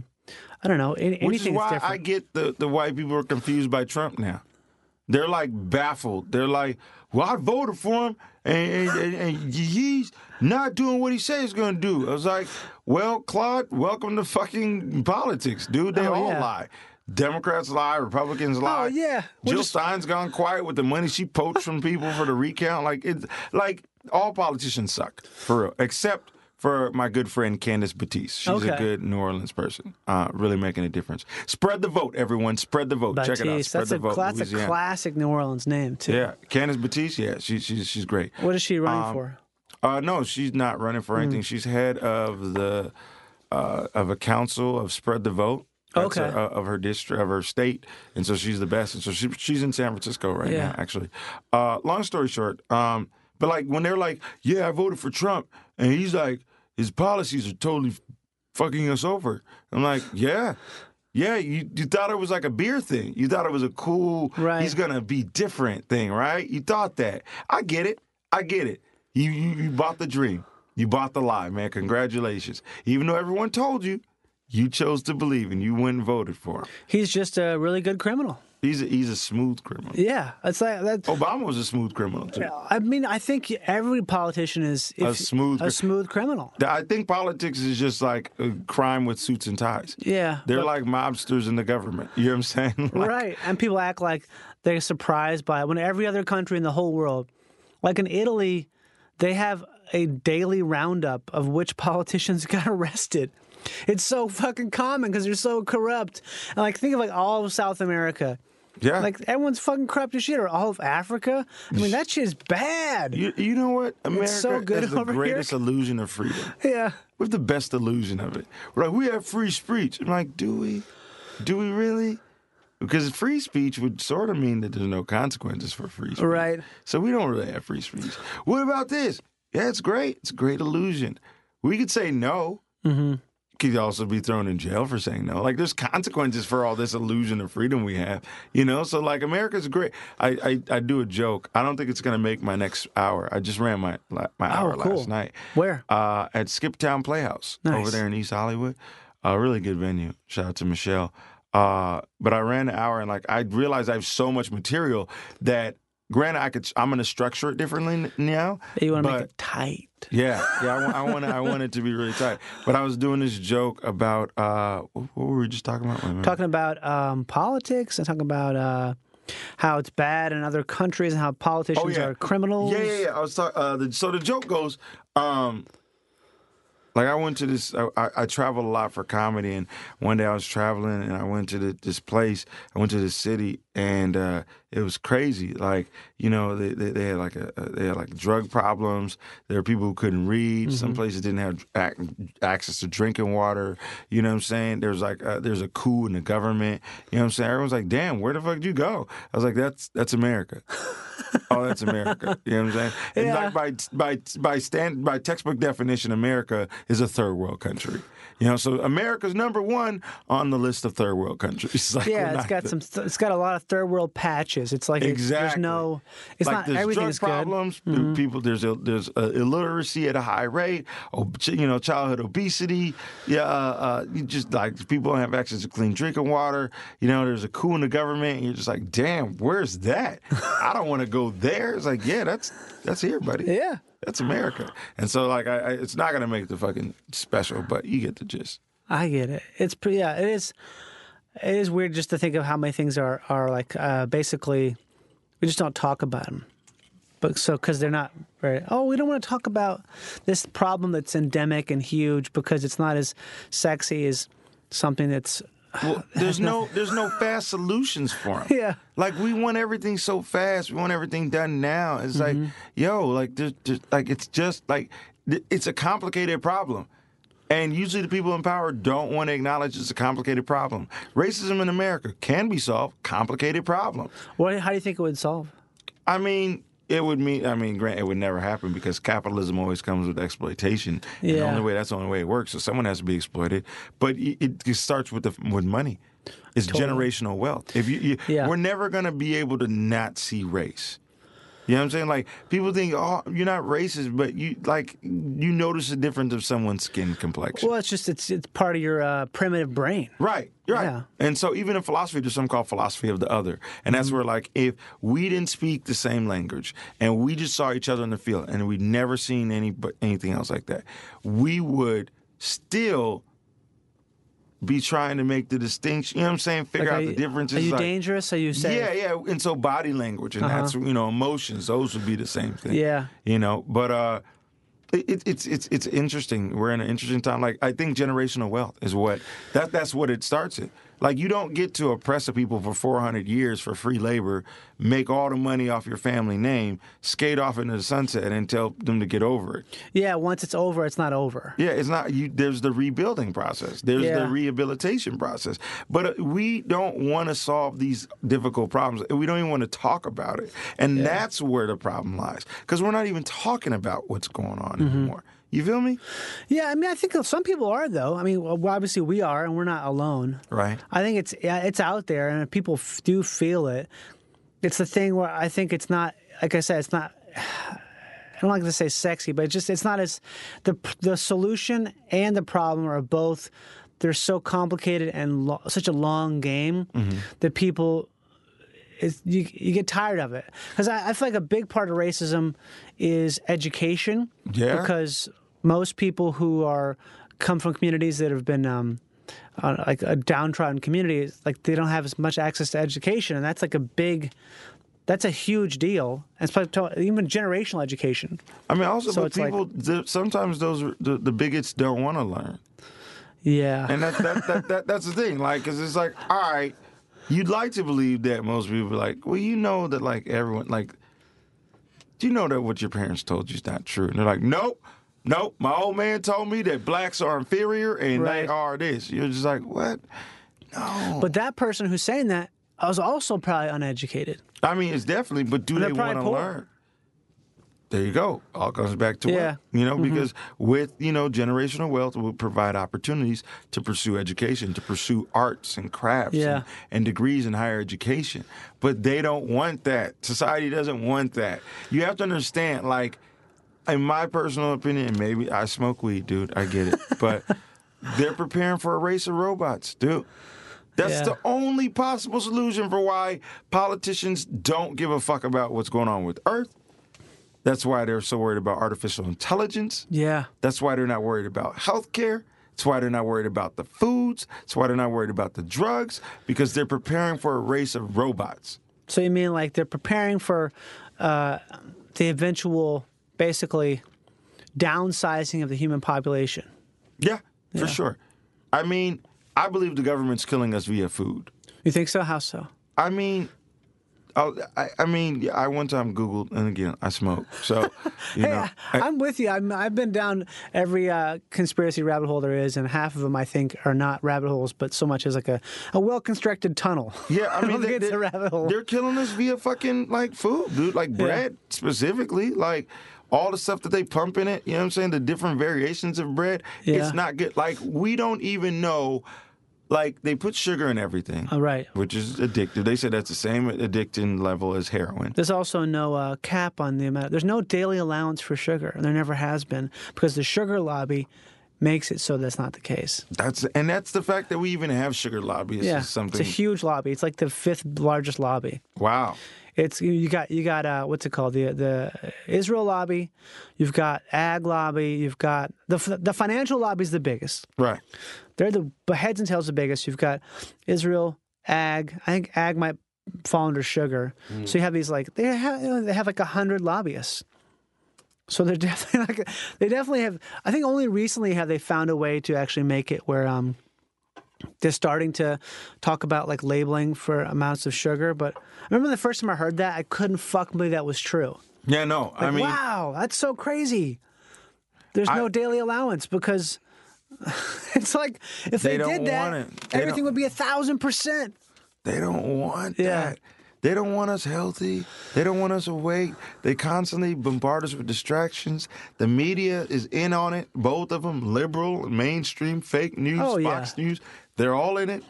S4: I don't know
S9: Which
S4: any,
S9: is
S4: anything
S9: why
S4: that's
S9: I
S4: different.
S9: get the, the white people are confused by Trump now. They're like baffled. They're like, well, I voted for him and, and, and, and he's not doing what he says he's going to do. I was like, well, Claude, welcome to fucking politics, dude. They
S4: Oh,
S9: all
S4: yeah. Oh,
S9: lie. Democrats lie, Republicans lie.
S4: yeah. We're
S9: Jill
S4: just-
S9: Stein's gone quiet with the money she poached from people for the recount. Like it's like all politicians suck for real, except for my good friend Candace Batiste. She's a
S4: Okay.
S9: good New Orleans person, uh, really making a difference. Spread the vote, everyone. Spread the vote. Check it out.
S4: Batiste,
S9: Spread
S4: that's
S9: the
S4: a
S9: vote.
S4: that's a
S9: Louisiana.
S4: classic New Orleans name too.
S9: Yeah, Candace Batiste. Yeah, she, she's she's great.
S4: What is she running
S9: Um,
S4: for?
S9: Uh, no, she's not running for anything.
S4: Hmm.
S9: She's head of the uh, of a council of Spread the Vote. That's
S4: Okay.
S9: a- a- of her district, of her state, and so she's the best. And so she, she's in San Francisco right
S4: Yeah.
S9: now, actually. Uh, long story short, um, but like when they're like, "Yeah, I voted for Trump," and he's like, "His policies are totally fucking us over." I'm like, "Yeah." Yeah, you, you thought it was like a beer thing. You thought it was a cool,
S4: Right.
S9: he's gonna be different thing, right? You thought that. I get it. I get it. You you, you bought the dream. You bought the lie, man. Congratulations. Even though everyone told you, you chose to believe and you went and voted for him.
S4: He's just a really good criminal.
S9: He's a, he's a smooth criminal.
S4: Yeah, it's like that.
S9: Obama was a smooth criminal too.
S4: I mean, I think every politician is
S9: A
S4: if-
S9: smooth
S4: a
S9: cr-
S4: smooth criminal.
S9: I think politics is just like a crime with suits and ties.
S4: Yeah,
S9: They're
S4: but-
S9: like mobsters in the government. You know what I'm saying? Like,
S4: right. And people act like they're surprised by it when every other country in the whole world, like in Italy, They have a daily roundup of which politicians got arrested. It's so fucking common because they're so corrupt. And like, think of like all of South America.
S9: Yeah.
S4: Like everyone's fucking corrupt as shit, or all of Africa. I mean, that shit's bad.
S9: You, you know what? America
S4: so good
S9: has the
S4: over here.
S9: greatest illusion of freedom.
S4: yeah.
S9: We have the best illusion of it. We're like, we have free speech. I'm like, do we? Do we really? Because free speech would sort of mean that there's no consequences for free speech.
S4: Right.
S9: So we don't really have free speech. What about this? Yeah, it's great. It's a great illusion. We could say no.
S4: Mm-hmm.
S9: Could also be thrown in jail for saying no. Like, there's consequences for all this illusion of freedom we have, you know? So, like, America's great. I I, I do a joke. I don't think it's going to make my next hour. I just ran my, my hour
S4: Oh, cool.
S9: last night
S4: Where?
S9: uh, at Skiptown Playhouse
S4: Nice.
S9: over there in East Hollywood. A really good venue. Shout out to Michelle. Uh, but I ran an hour and like I realized I have so much material that granted I could I'm gonna structure it differently n- now.
S4: You want to
S9: but-
S4: make it tight.
S9: yeah, yeah. I, wa- I want I want it to be really tight. But I was doing this joke about uh, what what were we just talking about? Wait a minute.
S4: Talking about um, politics and talking about uh, how it's bad in other countries and how politicians are criminals.
S9: Oh, Yeah, yeah, yeah. I was talking. Uh, the, so the joke goes, um, like I went to this. I, I, I travel a lot for comedy, and one day I was traveling, and I went to the, this place. I went to this city, and uh, it was crazy. Like you know, they, they, they had like a, a they had like drug problems. There were people who couldn't read.
S4: Mm-hmm.
S9: Some places didn't have ac- access to drinking water. You know what I'm saying? There's like uh, there's a coup in the government. You know what I'm saying? Everyone's like, "Damn, where the fuck did you go?" I was like, "That's that's America." oh, that's America. You know what I'm saying? And
S4: Yeah.
S9: like by by by stand by textbook definition, America is a third world country. You know, so America's number one on the list of third world countries. Like, we're
S4: Yeah, it's
S9: not
S4: got
S9: the-
S4: some. th- It's got a lot of third world patches. It's like it's- there's
S9: Exactly.
S4: no. It's
S9: like
S4: not
S9: there's
S4: everything's
S9: drug
S4: good. Mm-hmm.
S9: problems. People there's a, there's uh illiteracy at a high rate. Ob- you know, childhood obesity. Yeah, uh, uh, you just like people don't have access to clean drinking water. You know, there's a coup in the government, and you're just like, damn, where's that? I don't want to go there. It's like, yeah, that's that's here, buddy.
S4: Yeah.
S9: That's America. And so, like, I, I, it's not gonna make the fucking special, but you get the gist.
S4: I get it. It's pretty. Yeah, it is. It is weird just to think of how many things are are like uh, basically we just don't talk about them. But so because they're not very. Oh, we don't want to talk about this problem that's endemic and huge because it's not as sexy as something that's.
S9: Well, there's no there's no fast solutions for them.
S4: Yeah.
S9: Like we want everything so fast. We want everything done now. It's like, yo, like there's, there's like it's just like th- it's a complicated problem. And usually the people in power don't want to acknowledge it's a complicated problem. Racism in America can be solved, complicated problem.
S4: What? How do you think it would solve?
S9: I mean, it would mean. I mean, grant it would never happen because capitalism always comes with exploitation. And the
S4: Yeah.
S9: only way that's the only way it works. So someone has to be exploited. But it, it just starts with the with money. It's generational wealth. If you, you
S4: Yeah.
S9: we're never gonna be able to not see race. You know what I'm saying? Like people think, oh, you're not racist, but you like you notice the difference of someone's skin complexion.
S4: Well, it's just it's it's part of your uh, primitive brain.
S9: Right, you're right.
S4: Yeah.
S9: And so even in philosophy, there's something called philosophy of the other. And
S4: Mm-hmm.
S9: that's where like if we didn't speak the same language and we just saw each other in the field and we'd never seen any but anything else like that, we would still be trying to make the distinction. You know what I'm saying? Figure
S4: Like,
S9: out
S4: are
S9: the
S4: you-
S9: differences.
S4: Are you
S9: like-
S4: dangerous? Are you safe?
S9: yeah, yeah. And so body language and that's you know emotions. Those would be the same thing.
S4: Yeah.
S9: You know, but uh, it, it- it's it's it's interesting. We're in an interesting time. Like I think generational wealth is what that that's what it starts in. Like you don't get to oppress the people for 400 years for free labor, make all the money off your family name, skate off into the sunset, and tell them to get over it.
S4: Yeah, once it's over, it's not over.
S9: Yeah, it's not you. There's the rebuilding process. There's
S4: Yeah.
S9: the rehabilitation process. But uh, we don't want to solve these difficult problems. We don't even want to talk about it. And that's where the problem lies, because we're not even talking about what's going on
S4: Mm-hmm.
S9: anymore. You feel me?
S4: Yeah, I mean, I think some people are though. I mean, well, obviously we are, and we're not alone.
S9: Right.
S4: I think it's yeah, it's out there, and people f- do feel it. It's the thing where I think it's not, like I said, it's not. I don't like to say sexy, but it's just it's not as the the solution and the problem are both. They're so complicated and lo- such a long game that people it's, you you get tired of it because I, I feel like a big part of racism is education.
S9: Yeah.
S4: Because most people who are come from communities that have been um, uh, like a downtrodden community, like they don't have as much access to education, and that's like a big That's a huge deal. It's probably- even generational education.
S9: I mean, also,
S4: So
S9: but
S4: it's like-
S9: people the, sometimes those are- the, the bigots don't want to learn,
S4: Yeah.
S9: and that, that, that, that that's the thing. Like, because it's like, all right, you'd like to believe that most people are like, well, you know that like everyone like, do you know that what your parents told you is not true? And they're like, nope, nope. My old man told me that blacks are inferior and
S4: Right.
S9: they are this. You're just like, what?
S4: But that person who's saying that was also probably uneducated.
S9: I mean, it's definitely, but do
S4: They're
S9: they
S4: probably
S9: want to
S4: poor.
S9: learn? There you go. All comes back to
S4: Yeah. Mm-hmm.
S9: wealth. You know, because with, you know, generational wealth will provide opportunities to pursue education, to pursue arts and crafts
S4: Yeah.
S9: and, and degrees in higher education. But they don't want that. Society doesn't want that. You have to understand, like, in my personal opinion, and maybe I smoke weed, dude. I get it. But they're preparing for a race of robots, dude. That's
S4: Yeah.
S9: the only possible solution for why politicians don't give a fuck about what's going on with Earth. That's why they're so worried about artificial intelligence.
S4: Yeah.
S9: That's why they're not worried about healthcare. That's why they're not worried about the foods. That's why they're not worried about the drugs because they're preparing for a race of robots.
S4: So you mean like they're preparing for uh, the eventual, basically, downsizing of the human population?
S9: Yeah, for sure. I mean, I believe the government's killing us via food.
S4: You think so? How so?
S9: I mean, I, I- I mean, yeah, I one time Googled, and again, I smoke, so you know, I-
S4: I'm with you. I'm, I've been down every uh, conspiracy rabbit hole there is, and half of them I think are not rabbit holes, but so much as like a, a well constructed tunnel.
S9: yeah, I mean,
S4: don't think it's a rabbit hole.
S9: they're killing us via fucking like food, dude, like bread specifically, like. All the stuff that they pump in it, you know what I'm saying? The different variations of bread,
S4: Yeah.
S9: it's not good. Like, we don't even know. Like, they put sugar in everything,
S4: All right.
S9: which is addictive. They say that's the same addiction level as heroin.
S4: There's also no uh, cap on the amount. There's no daily allowance for sugar, and there never has been because the sugar lobby makes it so that's not the case.
S9: That's and that's the fact that we even have sugar lobbyists.
S4: yeah,
S9: is something.
S4: it's a huge lobby. It's like the fifth largest lobby.
S9: wow.
S4: It's you got you got uh, what's it called the the Israel lobby, you've got ag lobby, you've got the f- the financial lobby is the biggest.
S9: Right.
S4: They're the b- heads and tails the biggest. You've got Israel, ag. I think ag might fall under sugar. So you have these like they have you know, they have like a hundred lobbyists. So they're definitely like they definitely have. I think only recently have they found a way to actually make it where um they're starting to talk about like labeling for amounts of sugar. But I remember the first time I heard that, I couldn't fuck believe that was true.
S9: Yeah, no. I
S4: Like,
S9: mean,
S4: wow, that's so crazy. There's
S9: I-
S4: no daily allowance because it's like if
S9: They
S4: they,
S9: don't
S4: did
S9: want
S4: that,
S9: it. They
S4: everything
S9: don't-
S4: would be a thousand percent.
S9: they don't want
S4: Yeah.
S9: that. They don't want us healthy. They don't want us awake. They constantly bombard us with distractions. The media is in on it. Both of them, liberal, mainstream, fake news,
S4: Oh, yeah.
S9: Fox News, they're all in it.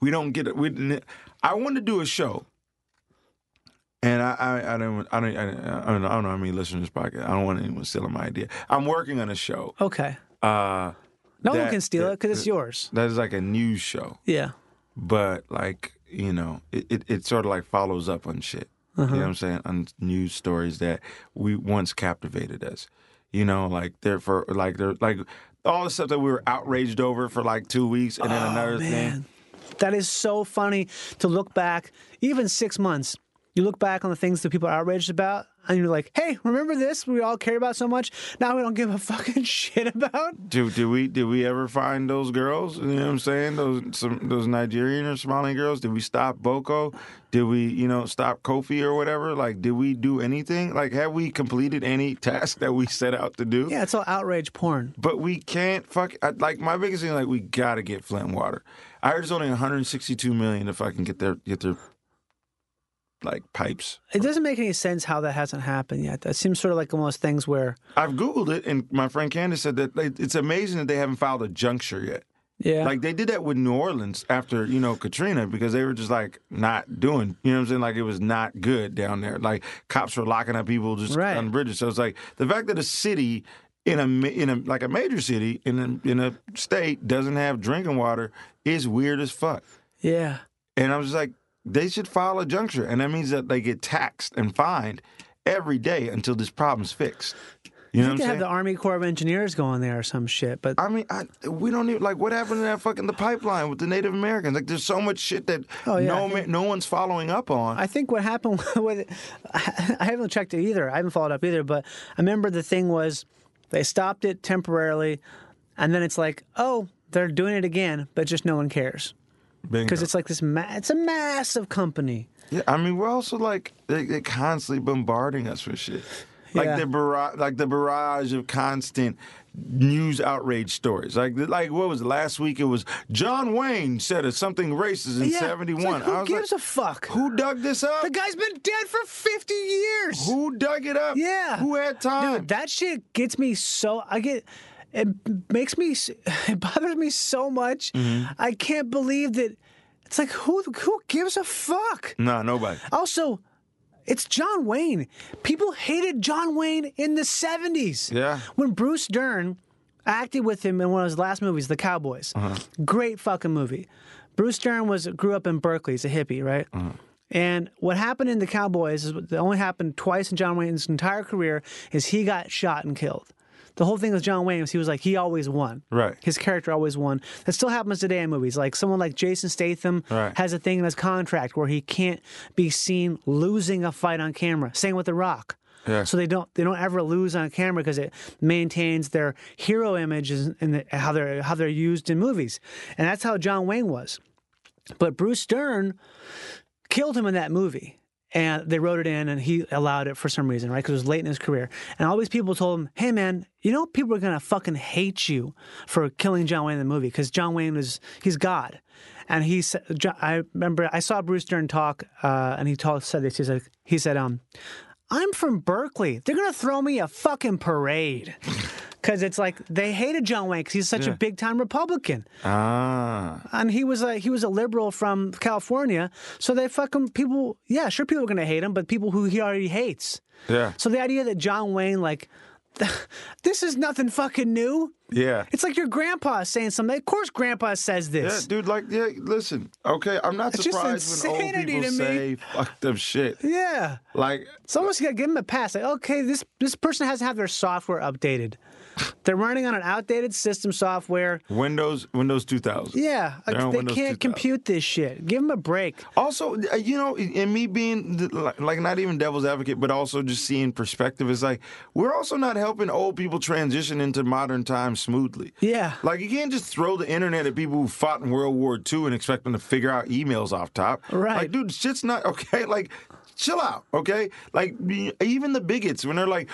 S9: We don't get it. We, I want to do a show. And I, I, I don't, I don't, I don't, I don't know. I don't know how many listeners podcast. I don't want anyone stealing my idea. I'm working on a show.
S4: Okay,
S9: Uh,
S4: no one
S9: That-
S4: can steal
S9: that-
S4: it because it's
S9: that-
S4: yours.
S9: that is like a news show.
S4: Yeah,
S9: but like you know it, it, it sort of like follows up on shit you know what i'm saying on news stories that we once captivated us you know like they're for like they're like all the stuff that we were outraged over for like two weeks and then another thing
S4: that is so funny to look back, even six months. You look back on the things that people are outraged about, and you're like, "Hey, remember this? We all care about so much. Now we don't give a fucking shit about."
S9: Dude, did we did we ever find those girls? You know what I'm saying? Those some those Nigerian or Somali girls. Did we stop Boko? Did we you know stop Kofi or whatever? Like, did we do anything? Like, have we completed any task that we set out to do?
S4: Yeah, it's all outrage porn.
S9: But we can't fuck. I, like my biggest thing, like we gotta get Flint water. I heard it's only 162 million to fucking get their get their like pipes.
S4: It doesn't make any sense how that hasn't happened yet. That seems sort of like one of those things where,
S9: I've googled it, and my friend Candace said that like, it's amazing that they haven't filed a juncture yet.
S4: yeah,
S9: Like they did that with New Orleans after you know Katrina because they were just like not doing. You know what I'm saying? Like it was not good down there. Like cops were locking up people just
S4: Right.
S9: on bridges. So it's like the fact that a city in a ma- in a like a major city in a, in a state doesn't have drinking water is weird as fuck.
S4: yeah,
S9: And I was like, they should file a juncture, and that means that they get taxed and fined every day until this problem's fixed. You know what
S4: I think they
S9: I'm
S4: have
S9: saying?
S4: the Army Corps of Engineers going there or some shit. But
S9: I mean, I, we don't even like what happened to that fucking the pipeline with the Native Americans. Like, there's so much shit that
S4: Oh, yeah, I
S9: no
S4: think-
S9: ma- no one's following up on.
S4: I think what happened with I haven't checked it either. I haven't followed up either, but I remember the thing was they stopped it temporarily and then it's like, "Oh, they're doing it again, but just no one cares."
S9: Bingo.
S4: Cuz it's like this ma- it's a massive company.
S9: Yeah, I mean, we're also like they, they're constantly bombarding us with shit. Like
S4: Yeah.
S9: the barrage, like the barrage of constant news outrage stories. Like, like what was it? last week? It was John Wayne said it's something racist in
S4: Yeah, it's like,
S9: '71.
S4: who
S9: I was
S4: gives
S9: like,
S4: a fuck?
S9: who dug this up?
S4: The guy's been dead for 50 years.
S9: who dug it up?
S4: Yeah.
S9: who had time?
S4: Dude, that shit gets me so I get it makes me s- it bothers me so much. I can't believe that it's like who who gives a fuck?
S9: nah, nobody.
S4: Also, it's John Wayne. People hated John Wayne in the 70s.
S9: Yeah.
S4: When Bruce Dern acted with him in one of his last movies, The Cowboys.
S9: Uh-huh.
S4: Great fucking movie. Bruce Dern was grew up in Berkeley. He's a hippie, right?
S9: Uh-huh.
S4: And what happened in The Cowboys is what only happened twice in John Wayne's entire career is he got shot and killed. The whole thing with John Wayne was he was like he always won.
S9: Right.
S4: His character always won. That still happens today in movies. Like someone like Jason Statham
S9: Right.
S4: has a thing in his contract where he can't be seen losing a fight on camera. Same with The Rock.
S9: Yeah.
S4: So they don't they don't ever lose on camera because it maintains their hero images and the- how they're how they're used in movies, and that's how John Wayne was. But Bruce Dern killed him in that movie. And they wrote it in, and he allowed it for some reason, right? Because it was late in his career. And all these people told him, hey, man, you know, people are going to fucking hate you for killing John Wayne in the movie because John Wayne is, he's God. And he said, Jo- I remember I saw Bruce Dern talk, uh, and he talk, said this. He said, he said um, I'm from Berkeley. They're going to throw me a fucking parade. Because it's like they hated John Wayne because he's such a big time Republican
S9: Ah,
S4: and he was a he was a liberal from California. So they fucking people. Yeah, sure, people are gonna hate him, but people who he already hates.
S9: yeah,
S4: So the idea that John Wayne like. This is nothing fucking new.
S9: yeah.
S4: It's like your grandpa saying something. Of course, grandpa says
S9: Yeah,
S4: this.
S9: dude, like, yeah, listen, okay, I'm not
S4: It's just
S9: surprised when old
S4: insanity
S9: people
S4: to me.
S9: say fucked up shit.
S4: Yeah,
S9: Like,
S4: someone's gotta give him a pass. Like, okay, this this person has to have their software updated. They're running on an outdated system software.
S9: Windows, Windows 2000.
S4: Yeah, like,
S9: They're on
S4: they
S9: Windows
S4: can't
S9: 2000.
S4: compute this shit. Give them a break.
S9: Also, uh, you know, and me being the- like, like not even devil's advocate, but also just seeing perspective is like we're also not helping old people transition into modern times smoothly.
S4: Yeah.
S9: like you can't just throw the internet at people who fought in World War II and expect them to figure out emails off top.
S4: Right.
S9: like, dude, shit's not okay. Like. Chill out, okay? Like me- even the bigots when they're like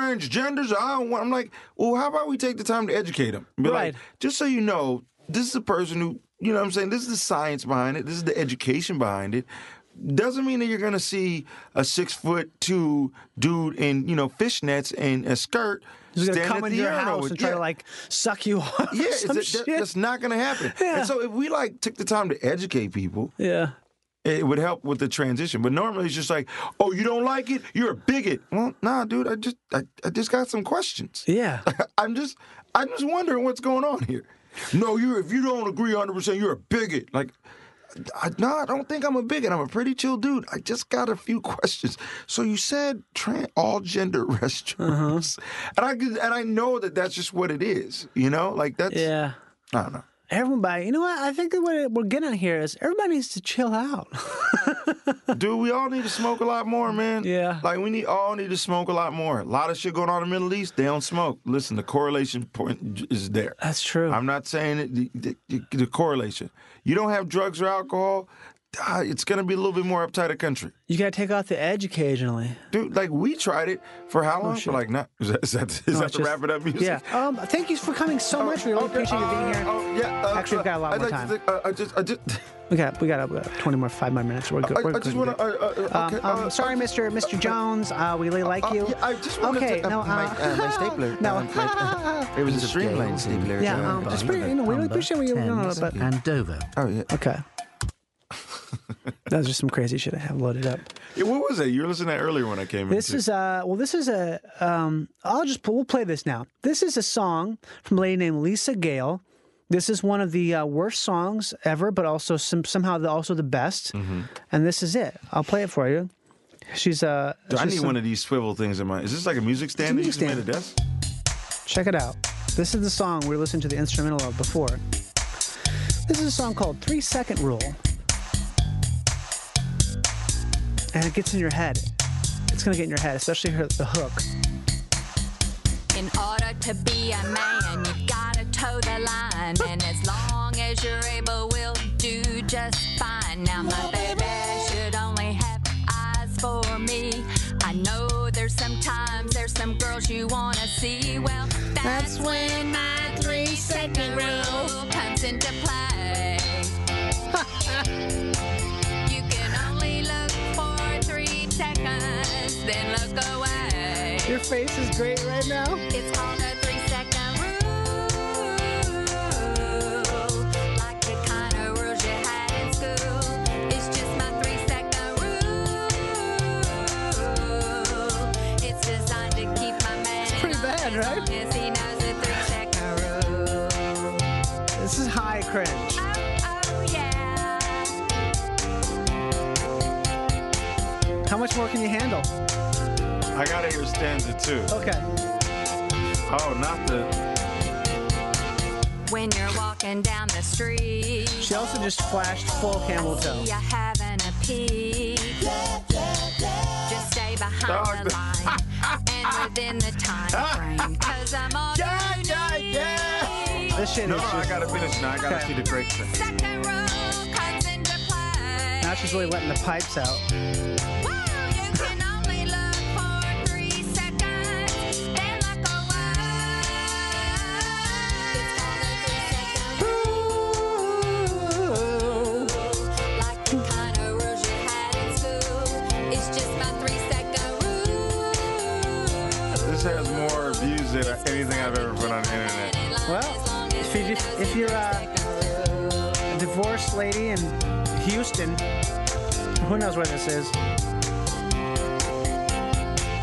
S9: transgenders, I don't want. I'm like, well, how about we take the time to educate them? Be like,
S4: Right.
S9: just so you know, this is a person who, you know what I'm saying? This is the science behind it, this is the education behind it. Doesn't mean that you're gonna see a six foot two dude in, you know, fishnets and a skirt.
S4: He's gonna
S9: standing
S4: come
S9: at
S4: into
S9: the
S4: your
S9: urinal
S4: house
S9: with-
S4: and try
S9: yeah.
S4: to like suck you off.
S9: Yeah,
S4: or
S9: it's-
S4: some
S9: that-
S4: shit.
S9: that's not gonna happen.
S4: Yeah.
S9: And so if we like took the time to educate people,
S4: Yeah.
S9: it would help with the transition. But normally it's just like, oh, you don't like it? You're a bigot. Well, nah, dude, I just I, I just got some questions.
S4: Yeah.
S9: I'm just I'm just wondering what's going on here. No, you if you don't agree 100, percent you're a bigot. Like, I, no, I don't think I'm a bigot. I'm a pretty chill dude. I just got a few questions. So you said tran all gender restaurants,
S4: Uh-huh.
S9: and I could- and I know that that's just what it is. You know, like that's
S4: Yeah.
S9: I don't know.
S4: Everybody, you know what? I think what it- we're getting at here is everybody needs to chill out.
S9: Dude, we all need to smoke a lot more, man.
S4: Yeah.
S9: Like we need all need to smoke a lot more. A lot of shit going on in the Middle East. They don't smoke. Listen, the correlation point is there.
S4: That's true.
S9: I'm not saying it, the, the, the correlation. You don't have drugs or alcohol. ah, It's gonna be a little bit more uptight a country,
S4: you gotta take off the edge occasionally.
S9: dude. Like we tried it for how long? for like not. Is that, is that, is
S4: Oh, No,
S9: that
S4: it's
S9: the
S4: just-
S9: wrap it up music? Oh,
S4: Yeah. Um. Thank you for coming so much. We really
S9: Okay,
S4: appreciate you being
S9: uh,
S4: here.
S9: oh, yeah, uh,
S4: Actually, we've got a lot
S9: I'd
S4: more
S9: like
S4: time.
S9: To think, uh, I just, I just,
S4: We got we got uh, we got 20 more five more minutes. We're good.
S9: I,
S4: we're
S9: I
S4: good.
S9: just want to. Uh, uh,
S4: um,
S9: okay,
S4: um,
S9: uh,
S4: sorry,
S9: uh,
S4: Mr. Mr. Jones. Uh, we really like
S9: uh,
S4: you.
S9: yeah, I just wanted
S4: okay,
S9: to-
S4: no,
S9: uh, my-
S4: uh,
S9: uh, my stapler,
S4: No.
S9: um, it was a streamlined stapler.
S4: yeah. Um, it's pretty. You know, we really appreciate what you're doing, but
S1: and Dover.
S9: Oh yeah.
S4: okay. that was just some crazy shit I have loaded up.
S9: Yeah, What was it? You were listening to that earlier when I came in.
S4: This
S9: too.
S4: is uh well this is a um I'll just pl- we'll play this now. This is a song from a lady named Lisa Gale. This is one of the uh, worst songs
S9: Mm-hmm.
S4: ever, but also some, somehow the, also the best. And this is it. I'll play it for you. She's uh.
S9: Dude, I
S4: she's
S9: need
S4: some-
S9: one of these swivel things in my. Is this like a music stand? that
S4: music
S9: you just made a desk?
S4: Check it out. This is the song we were listening to the instrumental of before. This is a song called Three Second Rule. And it gets in your head. It's gonna get in your head, especially her, the hook.
S11: In order to be a man, you gotta toe the line. And as long as you're able, we'll do just fine. Now, my baby should only have eyes for me. I know there's sometimes there's some girls you wanna see. Well, that's when my three second rule comes into play. you can only look for three seconds, then look away.
S4: Your face is great right now.
S11: It's called a three second rule. Like the kind of rules you had in school. It's just my three second rule. It's designed to keep my man. It's pretty bad, right? As long as he knows the three second rule.
S4: This is high cringe.
S11: Oh, yeah.
S4: How much more can you handle?
S9: I gotta hear stanza two.
S4: Okay.
S9: Oh, not the.
S11: When you're walking down the street.
S4: She also just flashed full camel toe.
S11: See you having a peek. Just stay behind the line and within the time frame. Cause I'm all yeah, yeah, yeah.
S4: This shit
S9: no,
S4: is
S9: no, I
S4: just-
S9: gotta finish now. I gotta
S4: Okay.
S9: see the great thing.
S11: Second row comes into play.
S4: Now she's really letting the pipes out.
S11: Wow, you can only look for three seconds and look away. It's called a three-second rule. Like the kind of rules you had in school. It's just my three-second rule.
S9: This has more views than anything I've ever put on the internet.
S4: Well, if, you, if you're uh, a divorced lady in Houston, who knows where this is?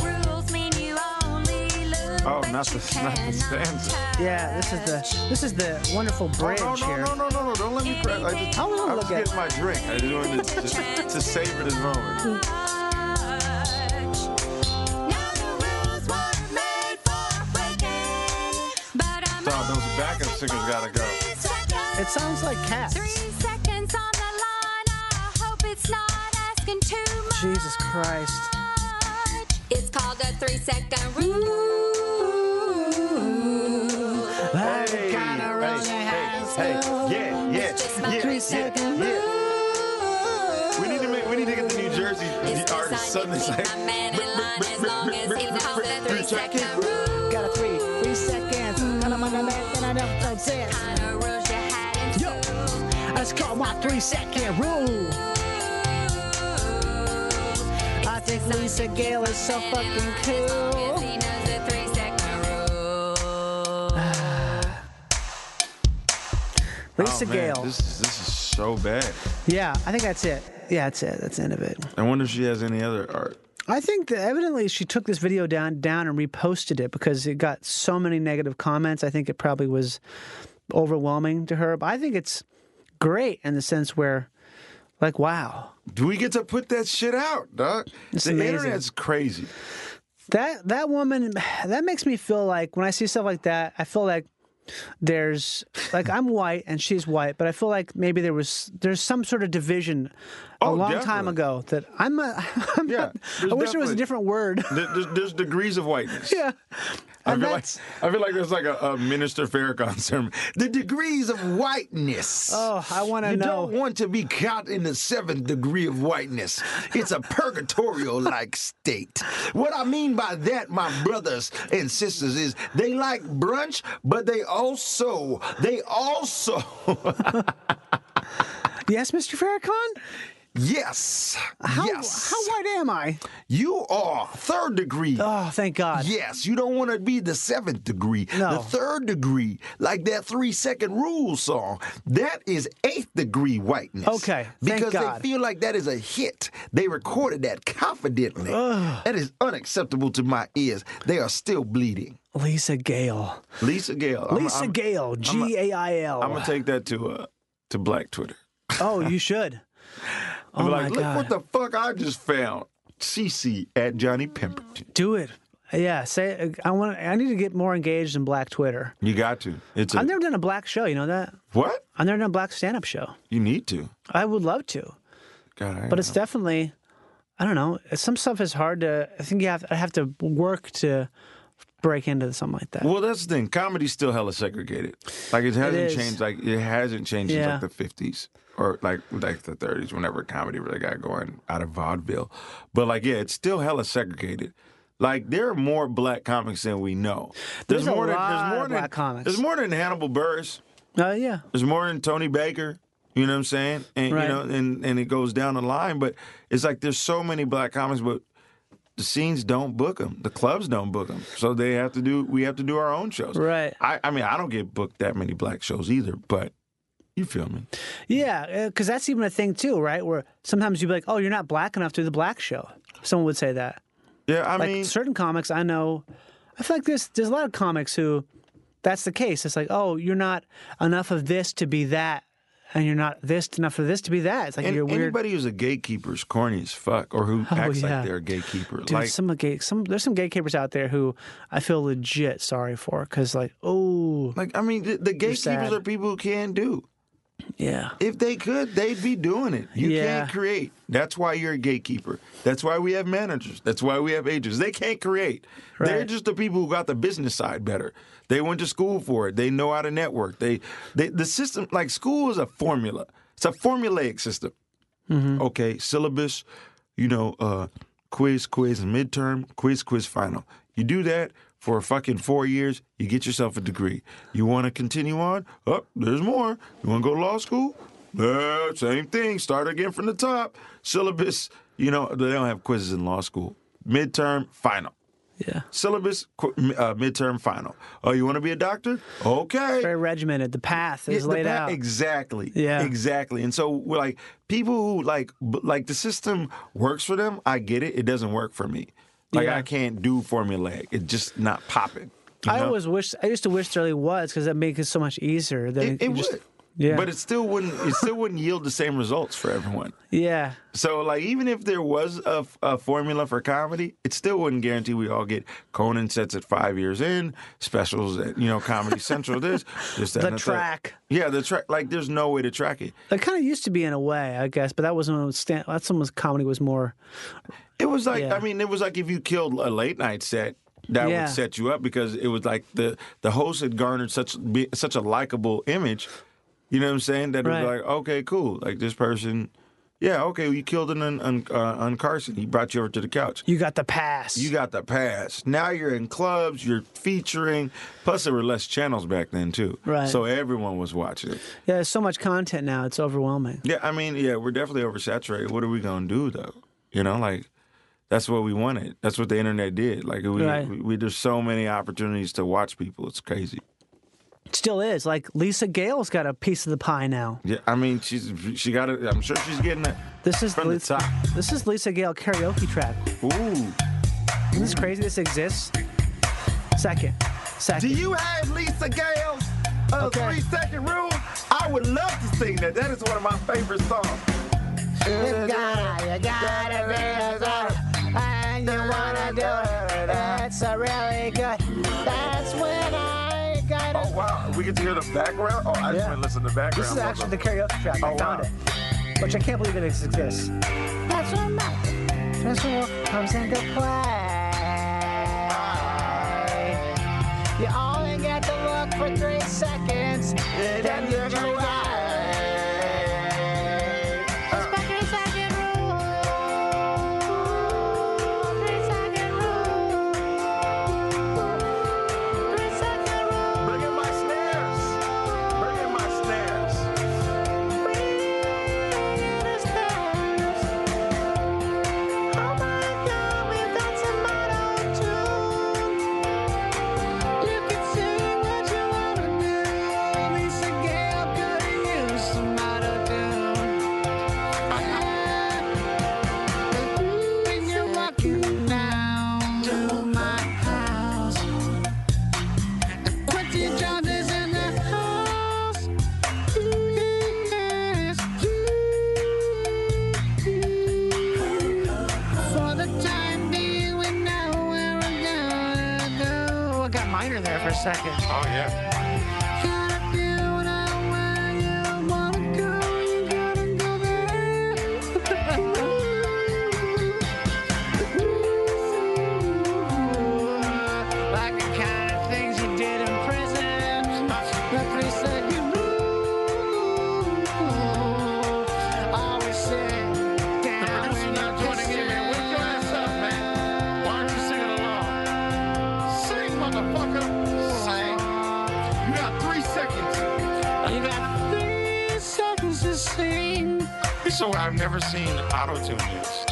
S11: Rules mean you only look,
S9: Oh,
S11: but
S9: not
S11: you
S9: the- not the
S11: cannot
S9: stanza.
S11: touch.
S4: Yeah, this is the this is the wonderful bridge
S9: Oh, no,
S4: here.
S9: no, no, no, no, no! Don't let me crack. I just,
S4: I wanna
S9: I'm
S4: look
S9: just
S4: at-
S9: getting my drink. I just wanted to, just, to savor this moment. So those backup singers gotta go.
S4: It sounds like cats. Jesus Christ.
S11: It's called a three second rule.
S9: Hey, hey, hey, hey, yeah, yeah, yeah,
S11: Three
S9: yeah,
S11: second
S9: yeah. We need to make. We need to get the New Jersey
S11: It's
S9: our
S11: designed
S9: son
S11: to
S9: is
S11: keep
S9: like.
S11: my man in line as long as he knows the three second rule.
S4: Got a three, three seconds. And I'm on the left and I don't consent.
S11: Kind of rules you had in
S4: Yo.
S11: school.
S4: Let's call my three second rule. I think Lisa Gale is so fucking cool.
S11: He knows the three second rule.
S4: Lisa
S9: oh, man,
S4: Gale.
S9: This is this is so bad.
S4: Yeah, I think that's it. Yeah, that's it. That's the end of it.
S9: I wonder if she has any other art.
S4: I think that evidently she took this video down down and reposted it because it got so many negative comments. I think it probably was overwhelming to her. But I think it's great in the sense where, like, wow,
S9: Do we get to put that shit out, dog?
S4: It's
S9: the
S4: amazing.
S9: internet's crazy.
S4: that that woman that makes me feel like when I see stuff like that, I feel like there's like I'm white and she's white, but I feel like maybe there was there's some sort of division a
S9: Oh,
S4: long time
S9: definitely.
S4: ago that I'm a, I'm
S9: Yeah,
S4: not-
S9: there's
S4: I wish there was
S9: definitely-
S4: a different word.
S9: There- There's, there's degrees of whiteness.
S4: yeah.
S9: I
S4: And
S9: feel like
S4: that's-
S9: I feel like there's like a, a Minister Farrakhan sermon. The degrees of whiteness.
S4: Oh, I want to
S9: You
S4: know.
S9: don't want to be caught in the seventh degree of whiteness. It's a purgatorial like state. What I mean by that, my brothers and sisters, is they like brunch, but they also, they also,
S4: yes, Mr. Farrakhan.
S9: yes,
S4: How,
S9: yes,
S4: how white am I?
S9: you are third degree.
S4: Oh, thank God.
S9: Yes, you don't want to be the seventh degree,
S4: No.
S9: the third degree, like that three second rule song. That is eighth degree whiteness.
S4: Okay, thank
S9: because
S4: God.
S9: they feel like that is a hit. They recorded that confidently. That is unacceptable to my ears. They are still bleeding.
S4: Lisa Gale.
S9: Lisa Gale.
S4: Lisa Gale. G A I
S9: I'm gonna
S4: L.
S9: take that to uh, to Black Twitter.
S4: Oh, you should.
S9: I'm
S4: Oh
S9: like,
S4: my
S9: look
S4: God.
S9: what the fuck I just found. cc at Johnny Pemberton.
S4: Do it. Yeah, say I want. I need to get more engaged in Black Twitter.
S9: You got to. It's a,
S4: I've never done a black show. You know that?
S9: what
S4: I've never done a black stand-up show.
S9: you need to.
S4: I would love to,
S9: God, I
S4: but it's
S9: know.
S4: definitely. I don't know. Some stuff is hard to. I think you have. I have to work to break into something like that.
S9: Well, that's the thing. Comedy's still hella segregated. Like it hasn't
S4: is.
S9: changed. Like it hasn't changed
S4: Yeah.
S9: since like the fifties or like like the thirties. Whenever comedy really got going out of vaudeville, but like yeah, it's still hella segregated. Like there are more black comics than we know.
S4: There's a
S9: more than,
S4: lot
S9: there's more
S4: of
S9: than,
S4: black comics.
S9: There's more than Hannibal Burris.
S4: Oh yeah.
S9: There's more than Tony Baker. You know what I'm saying? And
S4: Right.
S9: you know, and and it goes down the line. But it's like there's so many black comics, but the scenes don't book them. The clubs don't book them. So they have to do. We have to do our own shows.
S4: Right.
S9: I, I mean, I don't get booked that many black shows either. But you feel me?
S4: Yeah, because that's even a thing too, right? Where sometimes you'd be like, "Oh, you're not black enough to do the black show." Someone would say that.
S9: Yeah. I
S4: like
S9: mean,
S4: certain comics, I know. I feel like there's there's a lot of comics who, that's the case. It's like, "Oh, you're not enough of this to be that, and you're not this enough of this to be that." It's like
S9: and
S4: you're weird.
S9: anybody who's a gatekeeper is corny as fuck, or who
S4: Oh,
S9: acts
S4: yeah.
S9: like they're a gatekeeper.
S4: Dude,
S9: like
S4: some gate, some there's some gatekeepers out there who I feel legit sorry for because like, oh
S9: Like, I mean, the, the gatekeepers
S4: sad.
S9: are people who can do.
S4: Yeah.
S9: If they could, they'd be doing it. You
S4: Yeah.
S9: can't create. That's why you're a gatekeeper. That's why we have managers. That's why we have agents. They can't create. They're
S4: Right.
S9: just the people who got the business side better. They went to school for it. They know how to network. They, they the system like school is a formula. It's a formulaic system. Okay, syllabus, you know, uh, quiz, quiz, midterm, quiz, quiz, final. You do that for fucking four years, you get yourself a degree. You want to continue on? Oh, there's more. You want to go to law school? Yeah, same thing. Start again from the top. Syllabus, you know, they don't have quizzes in law school. Midterm, final.
S4: yeah,
S9: Syllabus, qu- uh, midterm, final. Oh, you want to be a doctor? Okay.
S4: very regimented. The path is
S9: Yeah, the
S4: laid
S9: pa-
S4: out.
S9: Exactly.
S4: Yeah.
S9: Exactly. And so we're like people who like b- like the system works for them. I get it. It doesn't work for me. Like
S4: Yeah.
S9: I can't do formulaic. It's just not popping. you
S4: I
S9: know?
S4: always wish I used to wish there really was because that makes it so much easier. Than
S9: It, it
S4: you just-
S9: would.
S4: yeah,
S9: But it still wouldn't. It still wouldn't yield the same results for everyone.
S4: yeah,
S9: So like even if there was a, f- a formula for comedy, it still wouldn't guarantee we all get Conan sets at five years in specials at you know Comedy Central. This, this, that,
S4: The
S9: and that.
S4: track.
S9: Yeah, the track. Like there's no way to track it.
S4: it kind of used to be in a way, I guess. But that wasn't when it was stand. That's when was comedy was more.
S9: It was like
S4: Yeah.
S9: I mean, it was like if you killed a late night set, that
S4: Yeah.
S9: would set you up because it was like the the host had garnered such be, such a likable image. You know what I'm saying? That it
S4: Right.
S9: was like okay, cool. Like this person, yeah, okay. Well, you killed an un, un, uh, un Carson. He brought you over to the couch.
S4: You got the pass.
S9: You got the pass. Now you're in clubs. You're featuring. Plus, there were less channels back then too.
S4: Right.
S9: So everyone was watching it.
S4: yeah, there's so much content now. It's overwhelming.
S9: Yeah, I mean, yeah, we're definitely oversaturated. What are we gonna do though? You know, like that's what we wanted. That's what the internet did. Like we,
S4: Right.
S9: we, we there's so many opportunities to watch people. It's crazy.
S4: It still is. Like Lisa Gale's got a piece of the pie now.
S9: Yeah, I mean, she's she got it. I'm sure she's getting it
S4: This is
S9: from the
S4: Lisa,
S9: top.
S4: this is Lisa Gale karaoke track.
S9: Ooh,
S4: Isn't this crazy? This exists. Second,
S9: do
S4: second.
S9: you have Lisa Gale's uh,
S4: Okay.
S9: three second rule? I would love to sing that. That is one of my favorite songs. You gotta, you gotta be a
S4: and you wanna do it. That's a really good. That's when I got
S9: Oh wow, we get to hear the background. Oh, I just
S4: Yeah.
S9: want to listen to the
S4: This
S9: background.
S4: is actually the karaoke track. I
S9: Oh,
S4: found
S9: wow.
S4: it, which I can't believe it exists. That's what I'm at. That's what comes into play. You only get to look for three seconds, then you're away.
S9: Bring in my snares. Bring in my snares.
S1: Oh
S10: Lisa Gale, girl.
S4: second.
S12: Oh, yeah.
S10: Like the kind of things you did in prison. The priest said you move. Always sit down when you're
S12: So I've never seen autotune used.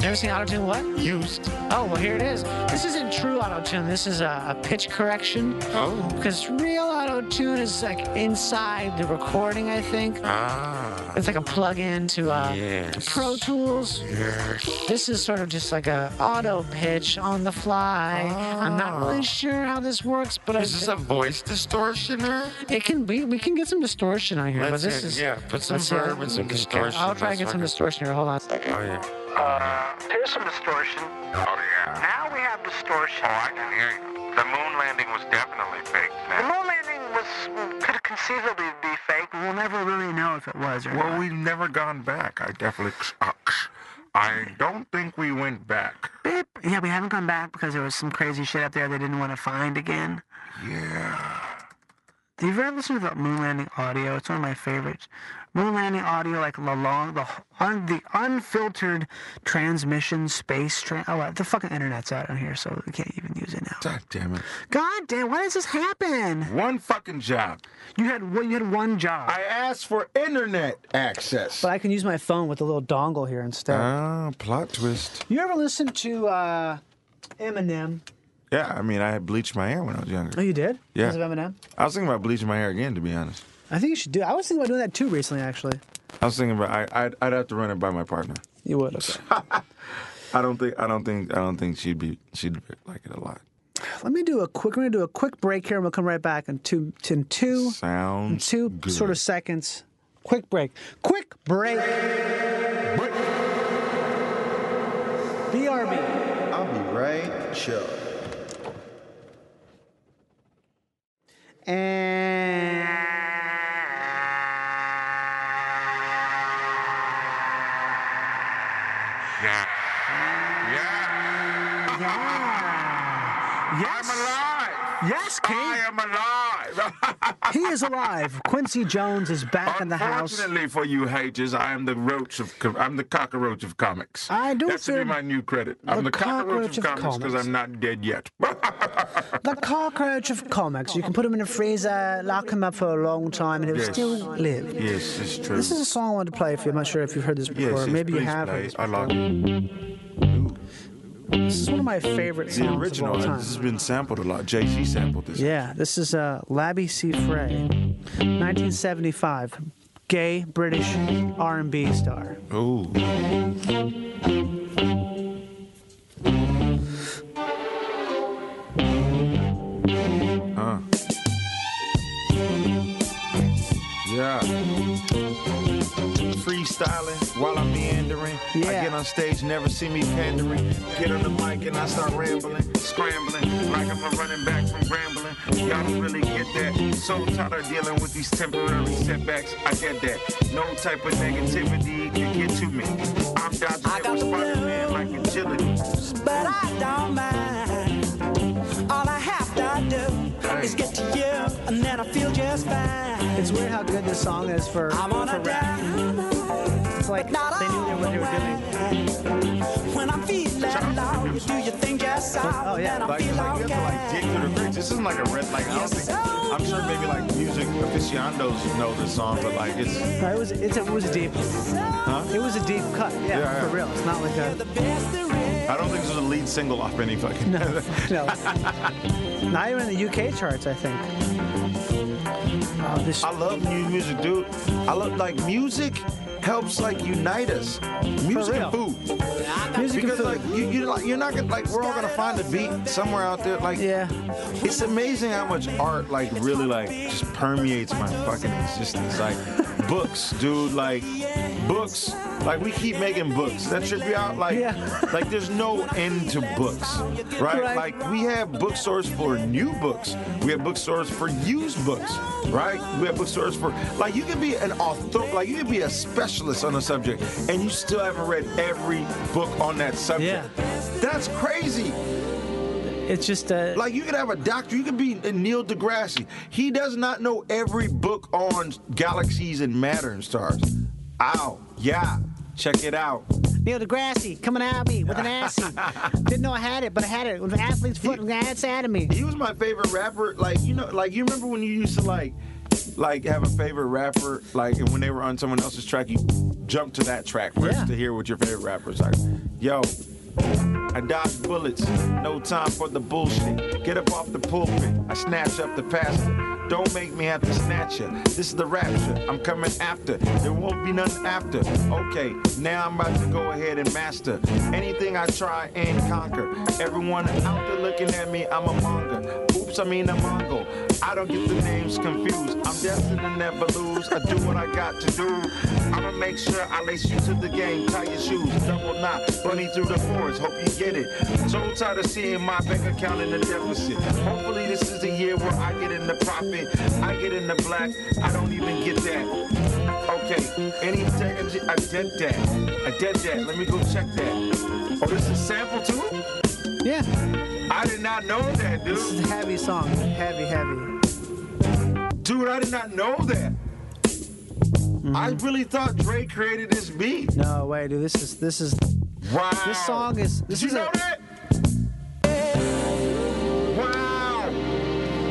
S4: Never seen autotune what?
S12: Used.
S4: Oh, well, here it is. This isn't true autotune. This is a, a pitch correction.
S12: Oh.
S4: Because real autotune is like inside the recording, I think.
S12: Ah.
S4: It's like a plug-in to uh,
S12: Yes.
S4: Pro Tools.
S12: Yes.
S4: This is sort of just like a auto pitch on the fly. I'm not really sure how this works, but
S12: Ah. Is this a voice distortioner?
S4: it can be. We can get some distortion on here,
S12: Let's
S4: but this
S12: get-
S4: is
S12: yeah, put some
S4: let's see.
S12: verb and some
S4: Okay,
S12: distortion.
S4: I'll try and get some
S12: That's
S4: distortion here. Hold on.
S12: Oh, yeah.
S3: Uh, here's some distortion. Oh, yeah. Now we have distortion.
S13: Oh, I can hear you. The moon landing was definitely fake.
S3: The moon landing was could conceivably be fake. We'll never really know if it was or
S13: Well, we've never gone back. I definitely. uh, I don't think we went back.
S4: Beep. Yeah, we haven't come back because there was some crazy shit up there they didn't want to find again.
S13: Yeah.
S4: Have you ever listened to the moon landing audio? It's one of my favorites. Moon landing audio, like the long, the un, the unfiltered transmission space. Tra- oh, uh, the fucking internet's out on here, so we can't even use it now.
S9: God damn it.
S4: God damn! Why does this happen?
S9: One fucking job.
S4: You had one. You had one job.
S9: I asked for internet access.
S4: But I can use my phone with a little dongle here instead.
S9: Ah, plot twist.
S4: you ever listen to uh, Eminem?
S9: Yeah, I mean, I had bleached my hair when I was younger.
S4: Oh, you did?
S9: Yeah.
S4: Because of Eminem?
S9: I was thinking about bleaching my hair again, to be honest.
S4: I think you should do. I was thinking about doing that too recently, actually.
S9: I was thinking about I, I'd, I'd have to run it by my partner.
S4: You would. Okay.
S9: I don't think I don't think I don't think she'd be she'd like it a lot.
S4: Let me do a quick. We're gonna do a quick break here, and we'll come right back in two, in two, in
S9: Sounds
S4: two
S9: good.
S4: sort of seconds. Quick break. Quick break. BRB.
S14: I'll be right sure.
S4: And
S13: Yeah. Yeah.
S4: Yes.
S13: I'm alive.
S4: Yes, King.
S13: I am alive.
S4: he is alive. Quincy Jones is back in the house.
S9: Fortunately for you haters, I am the roach of com- I'm the cockroach of comics.
S4: I don't
S9: That should
S4: feel-
S9: be my new credit. I'm
S4: the
S9: the, cockroach,
S4: cockroach of
S9: of comics because
S4: comics.
S9: I'm not dead yet.
S4: The cockroach of comics. You can put him in a freezer, lock him up for a long time, and he'll
S9: Yes.
S4: still live.
S9: Yes, it's true.
S4: This is a song I wanted to play for you. I'm not sure if you've heard this before.
S9: yes, yes,
S4: Maybe you
S9: please
S4: haven't.
S9: play it. I like
S4: This is one of my favorite songs
S9: the original.
S4: of all time.
S9: This has been sampled a lot. JC sampled this.
S4: Yeah, this is uh, Labby C. Frey, 1975, gay British R&B star.
S9: Ooh. Huh. Yeah. Freestyling while I'm meandering. I get on stage, never see me pandering. Get on the mic and I start rambling, scrambling, like I'm a running back from Grambling. Y'all don't really get that. So tired of dealing with these temporary setbacks. I get that. No type of negativity can get to me. I'm dodging I got Spider-Man like agility.
S10: But I don't mind. All I have to do is get to you, and then I feel just fine.
S4: It's weird how good this song is for, for rap. It's like they knew what they were doing.
S10: When I'm feeling low, you do your thing just
S4: Oh,
S10: so, then I
S9: Like,
S10: feel
S9: like, you
S10: okay.
S9: have to like dig through the bridge. This isn't like a red, like, I don't think, I'm sure maybe like music aficionados know this song, but like it's,
S4: No, it was it's, it was a deep.
S9: huh?
S4: It was a deep cut. Yeah,
S9: Yeah, yeah.
S4: for real. It's not like a
S9: I don't think this is a lead single off any fucking. No.
S4: no. not even in the UK charts, I think.
S9: I love new music, dude. I love like music helps like unite us. Music and food.
S4: Music
S9: because
S4: and
S9: like you, you like you're not gonna like we're all gonna find a beat somewhere out there. Like
S4: yeah,
S9: it's amazing how much art like really like just permeates my fucking existence. Like books, dude. Like books. Like we keep making books. That trip you out. Like like there's no end to books, right?
S15: Right.
S9: Like we have bookstores for new books. We have bookstores for used books, right? We have bookstores for like you can be an author, like you can be a specialist on a subject, and you still haven't read every book on that subject. That's crazy.
S4: It's just uh,
S9: like you could have a doctor. You could be Neil deGrasse. He does not know every book on galaxies and matter and stars. Ow, yeah, check it out.
S4: Neil deGrasse coming at me with an assy. Didn't know I had it, but I had it with an athlete's foot and that's at me.
S9: He was my favorite rapper. Like you know, like you remember when you used to like, like have a favorite rapper, like and when they were on someone else's track, you jump to that track first to hear what your favorite rappers like. Yo, I dodge bullets, no time for the bullshit. Get up off the pulpit, I snatch up the pastor. Don't make me have to snatch you. This is the rapture. I'm coming after. There won't be none after. Okay, now I'm about to go ahead and master anything I try and conquer. Everyone out there looking at me, I'm a monger. Oops, I mean a Mongol. I don't get the names confused. I'm destined to never lose. I do what I got to do. I'ma make sure I lace you to the game. Tie your shoes, double knot, bunny through the forest. Hope you get it. So tired of seeing my bank account in the deficit. Hopefully this is the year where I get in the profit. I get in the black. I don't even get that. Okay, any tech, I did that. I did that. Let me go check that. Oh, this is sample too?
S4: Yeah.
S9: I did not know that, dude. This
S4: is a heavy song. Heavy, heavy.
S9: Dude, I did not know that. I really thought Drake created this beat.
S4: Mm-hmm. No way, dude. This is this is.
S9: Wow.
S4: This song is. This
S9: Did
S4: is
S9: you
S4: a,
S9: know that?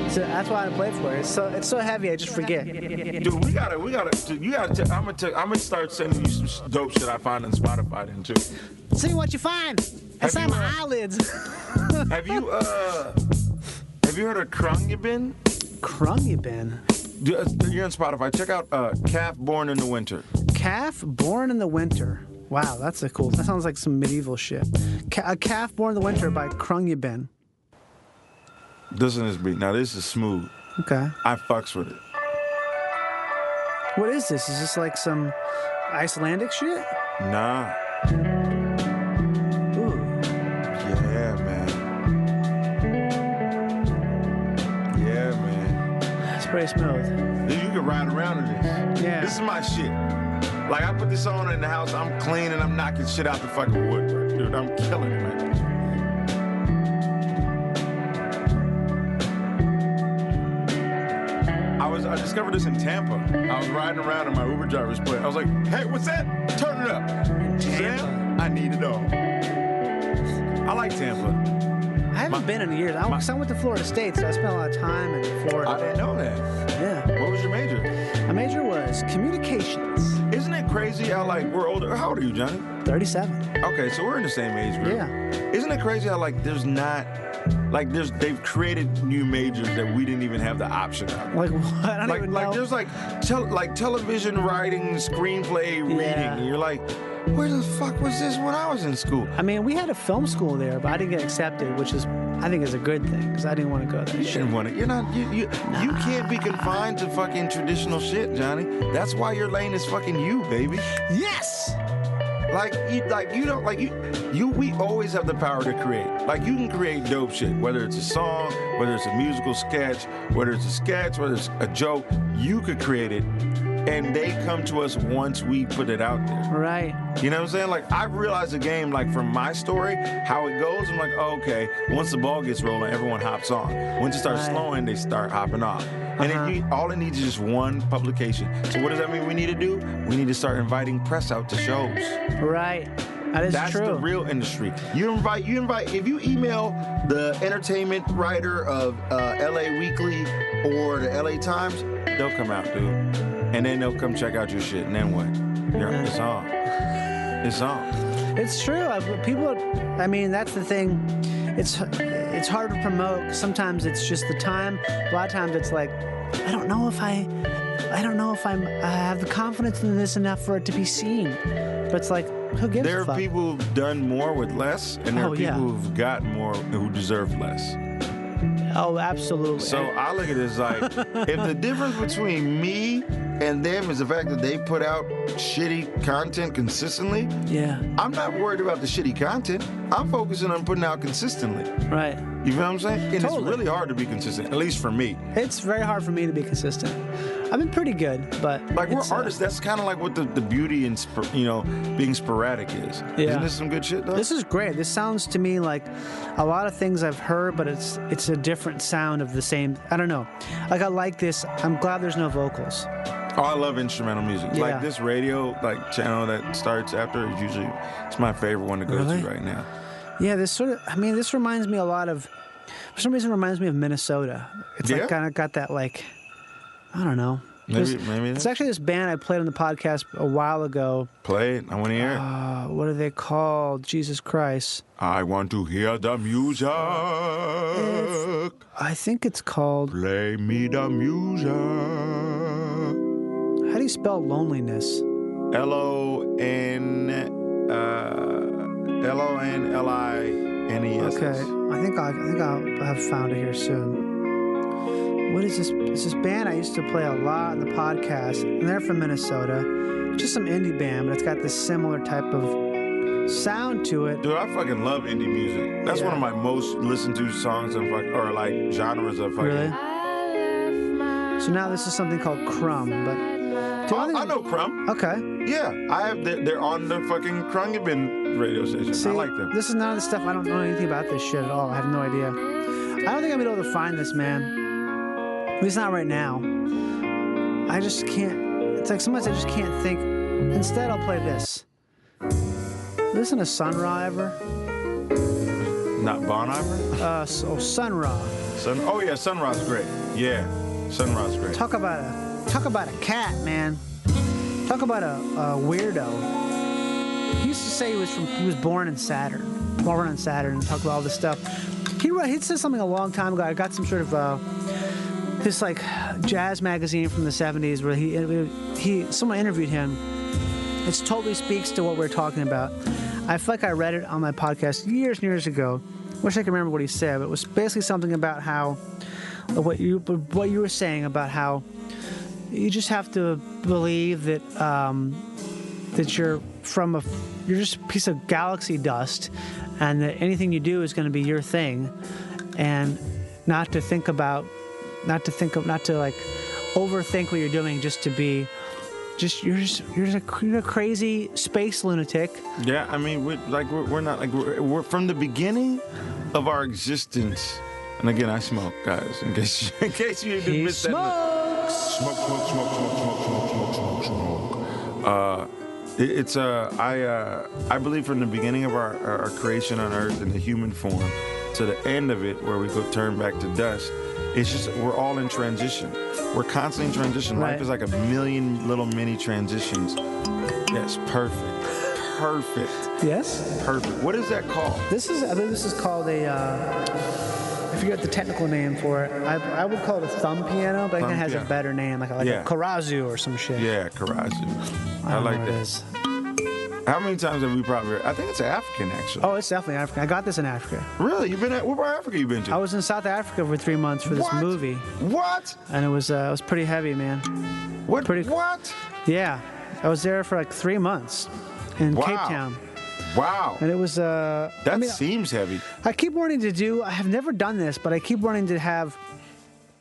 S4: So that's why I play for it. It's so it's so heavy, I just forget.
S9: Dude, we gotta, we gotta, dude, you gotta. T- I'm gonna, t- I'm gonna start sending you some s- dope shit I find on Spotify then too.
S4: See what you find. It's on my eyelids.
S9: Have you, uh, have you heard of Krungyabin?
S4: Krungyabin.
S9: Dude, uh, You're on Spotify. Check out uh, Calf Born in the Winter.
S4: Calf born in the winter. Wow, that's a cool. That sounds like some medieval shit. Ca- a calf born in the winter by Krungyabin.
S9: Listen to this beat. Now this is smooth.
S4: Okay.
S9: I fucks with it.
S4: What is this? Is this like some Icelandic shit?
S9: Nah. Yeah, man. Yeah, man.
S4: It's pretty smooth.
S9: Dude, you can ride around in this.
S4: Yeah.
S9: This is my shit. Like I put this on in the house. I'm clean and I'm knocking shit out the fucking wood, right? dude. I'm killing it. Right? I was I discovered this in Tampa. I was riding around and my Uber driver's playing. I was like, hey, what's that? Turn it up. Shazam, I need it all. I like Tampa.
S4: I haven't been in years. I, 'cause I went to Florida State, so I spent a lot of time in Florida.
S9: I didn't know that.
S4: Yeah.
S9: What was your major?
S4: My major was communications.
S9: Isn't it crazy how like we're older? How old are you, Johnny?
S4: 37.
S9: Okay, so we're in the same age group.
S4: Yeah.
S9: Isn't it crazy how like there's not like there's they've created new majors that we didn't even have the option of.
S4: Like what? I don't
S9: like,
S4: even
S9: like
S4: know.
S9: there's like tel- like television writing, screenplay reading. And you're like, where the fuck was this when I was in school?
S4: I mean, we had a film school there, but I didn't get accepted, which is I think is a good thing because I didn't want to go there.
S9: you shouldn't want it. You're not you you, you can't be confined to fucking traditional shit, Johnny. That's why your lane is fucking you, baby.
S4: Yes.
S9: Like you like you don't like you you we always have the power to create. Like you can create dope shit, whether it's a song, whether it's a musical sketch, whether it's a sketch, whether it's a joke, you could create it. And they come to us once we put it out there.
S4: Right.
S9: You know what I'm saying? Like I've realized the game, like from my story, how it goes. I'm like, oh, okay. Once the ball gets rolling, everyone hops on. Once it starts slowing, they start hopping off. And it, need- all it needs is just one publication. So what does that mean? We need to do? We need to start inviting press out to shows.
S4: Right. That is
S9: That's
S4: true.
S9: the real industry. You invite, you invite. If you email the entertainment writer of uh, LA Weekly or the LA Times, they'll come out, dude, and then they'll come check out your shit. And then what? You're, it's on. It's on.
S4: It's true. I- People, I mean, that's the thing. It's it's hard to promote. Sometimes it's just the time. A lot of times it's like, I don't know if I I don't know if I'm I have the confidence in this enough for it to be seen. But it's like, who gives
S9: There
S4: a
S9: are
S4: fuck?
S9: people who've done more with less, and there
S4: Oh,
S9: are people
S4: yeah.
S9: who've got more who deserve less.
S4: oh, absolutely.
S9: So I look at it as like, if the difference between me and them is the fact that they put out shitty content consistently,
S4: yeah,
S9: I'm not worried about the shitty content. I'm focusing on putting out consistently.
S4: Right.
S9: You feel what I'm saying? And
S4: Totally.
S9: it's really hard to be consistent, at least for me.
S4: It's very hard for me to be consistent. I've been pretty good, but
S9: Like we're
S4: it's, uh,
S9: artists, that's kind of like what the, the beauty and spor- you know being sporadic is. Isn't this some good shit though?
S4: This is great. This sounds to me like a lot of things I've heard, but it's it's a different sound of the same. I don't know. Like I like this. I'm glad there's no vocals.
S9: Oh, I love instrumental music.
S4: Yeah.
S9: Like this radio like channel that starts after is usually it's my favorite one to go
S4: Really?
S9: to right now.
S4: Yeah, this sort of. I mean, this reminds me a lot of. For some reason, it reminds me of Minnesota. It's
S9: Yeah?
S4: like kind of got that like. I don't know.
S9: Maybe-
S4: There's-
S9: maybe it
S4: it's
S9: is.
S4: actually this band I played on the podcast a while ago.
S9: Play it. I want to hear it.
S4: Uh, what are they called? Jesus Christ.
S9: I want to hear the music.
S4: I think it's called.
S9: Play me the music.
S4: How do you spell loneliness?
S9: L O N uh, L O N L I N E S.
S4: Okay, I think I, I think I'll have found it here soon. What is this? It's this band I used to play a lot in the podcast, and they're from Minnesota. Just some indie band, but it's got this similar type of sound to it.
S9: Dude, I fucking love indie music. That's one of my most listened to songs and fuck or like genres of fucking.
S4: Really? So now this is something called Crumb, but
S9: Oh, I know Crumb.
S4: okay.
S9: Yeah, I have. They're, they're on the fucking Krungebin radio station.
S4: See,
S9: I like them.
S4: This is none of the stuff. I don't know anything about this shit at all. I have no idea. I don't think I'm gonna be able to find this, man. At least not right now. I just can't. It's like sometimes I just can't think. Instead, I'll play this. Listen to Sun Ra ever?
S9: Not Bon Iver.
S4: Uh, s- oh, Sun Ra.
S9: Sun. Oh yeah, Sun Ra's great. Yeah, Sun Ra's great.
S4: Talk about a talk about a cat, man. Talk about a, a weirdo. He used to say he was from he was born in Saturn, born on Saturn, and talk about all this stuff. He wrote, he said something a long time ago. I got some sort of uh, this like jazz magazine from the '70s where he he someone interviewed him. It totally speaks to what we're talking about. I feel like I read it on my podcast years and years ago. Wish I could remember what he said, but it was basically something about how what you what you were saying about how you just have to believe that um, that you're from a you're just a piece of galaxy dust, and that anything you do is going to be your thing, and not to think about not to think of not to like overthink what you're doing just to be just you're just you're just a, you're a crazy space lunatic
S9: Yeah, I mean, we're, like we're, we're not like we're, we're from the beginning of our existence. And again, I smoke, guys. In case you, in case you didn't miss that, smoke, smoke, smoke, smoke, smoke, smoke, smoke, smoke, smoke. Uh, it, it's uh, I uh, I believe from the beginning of our, our, our creation on Earth in the human form to the end of it, where we go turn back to dust. It's just we're all in transition. We're constantly in transition.
S4: Right.
S9: Life is like a million little mini transitions. Yes, perfect, perfect.
S4: yes
S9: Perfect. What is that called?
S4: This is, I believe this is called a, uh, I forget the technical name for it. I, I would call it a thumb piano, but I think
S9: Thumb
S4: it has a
S9: piano.
S4: better name, like, like
S9: Yeah.
S4: a karazu or some shit.
S9: Yeah, Karazu. I,
S4: don't
S9: like
S4: know what it
S9: that.
S4: is.
S9: How many times have we probably? I think it's African actually.
S4: Oh, it's definitely African. I got this in Africa.
S9: Really? You've been at what part of Africa you been to?
S4: I was in South Africa for three months for this
S9: What?
S4: movie,
S9: what?
S4: and it was uh, it was pretty heavy, man.
S9: What?
S4: Pretty.
S9: What?
S4: Yeah, I was there for like three months in Cape
S9: Wow.
S4: Town,
S9: Wow.
S4: and it was. Uh,
S9: That seems heavy.
S4: I keep wanting to do. I have never done this, but I keep wanting to have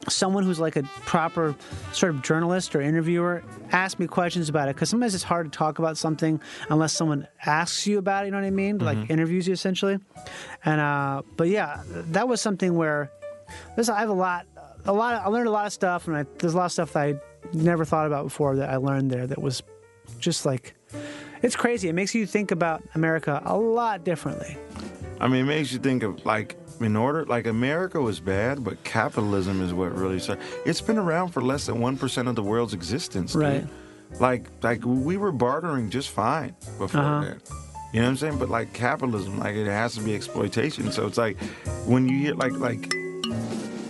S4: someone who's like a proper sort of journalist or interviewer ask me questions about it because sometimes it's hard to talk about something unless someone asks you about it you know what i mean like interviews you essentially and uh but yeah that was something where this i have a lot a lot i learned a lot of stuff and I, there's a lot of stuff that i never thought about before that i learned there that was just like it's crazy it makes you think about america a lot differently
S9: I mean, it makes you think of like in order like America was bad, but capitalism is what really started. It's been around for less than one percent of the world's existence, dude.
S4: Right.
S9: Like like we were bartering just fine before
S4: Uh-huh.
S9: that. You know what I'm saying? But like capitalism, like it has to be exploitation. So it's like when you hear like like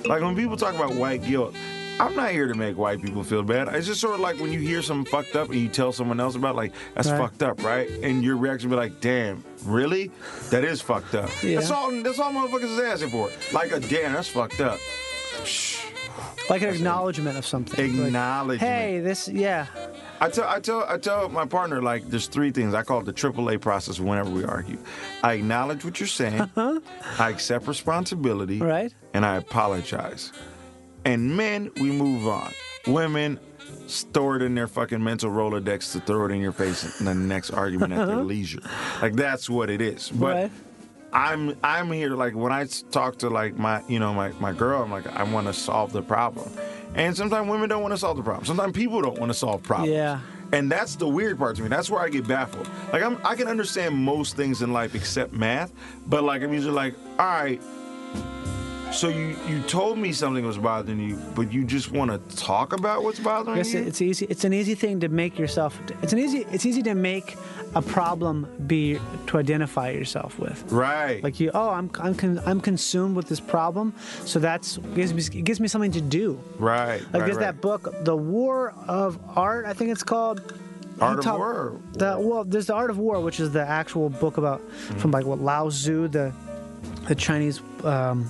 S9: like when people talk about white guilt, I'm not here to make white people feel bad. It's just sort of like when you hear something fucked up and you tell someone else about, like, that's
S15: Right.
S9: fucked up, right? And your reaction be like, damn, really? That is fucked up.
S15: Yeah.
S9: That's all. That's all motherfuckers is asking for. Like a damn, that's fucked up.
S4: Like an acknowledgement of something.
S9: Acknowledgement.
S4: Hey, this, yeah.
S9: I tell I tell I tell my partner like there's three things I call it the AAA process whenever we argue. I acknowledge what you're saying,
S15: Uh-huh.
S9: I accept responsibility,
S4: right,
S9: and I apologize. And men, we move on. Women, store it in their fucking mental rolodex to throw it in your face in the next argument at their
S15: Uh-huh.
S9: leisure. Like that's what it is. But I'm I'm here like when I s- talk to like my you know my my girl, I'm like I want to solve the problem. And sometimes women don't want to solve the problem. Sometimes people don't want to solve problems.
S4: Yeah.
S9: And that's the weird part to me. That's where I get baffled. Like I'm I can understand most things in life except math, but like I'm usually like, all right. So you you told me something was bothering you, but you just want to talk about what's bothering
S4: Yes,
S9: you.
S4: it's easy. It's an easy thing to make yourself. It's an easy. It's easy to make a problem be to identify yourself with.
S9: Right.
S4: Like you. Oh, I'm I'm con, I'm consumed with this problem. So that's gives me it gives me something to do.
S9: Right.
S4: Like
S9: right,
S4: there's
S9: right.
S4: that book, The War of Art, I think it's called. He
S9: Art of War.
S4: The, well, there's the Art of War, which is the actual book about
S9: Mm-hmm.
S4: from like what Lao Tzu, the the Chinese. Um,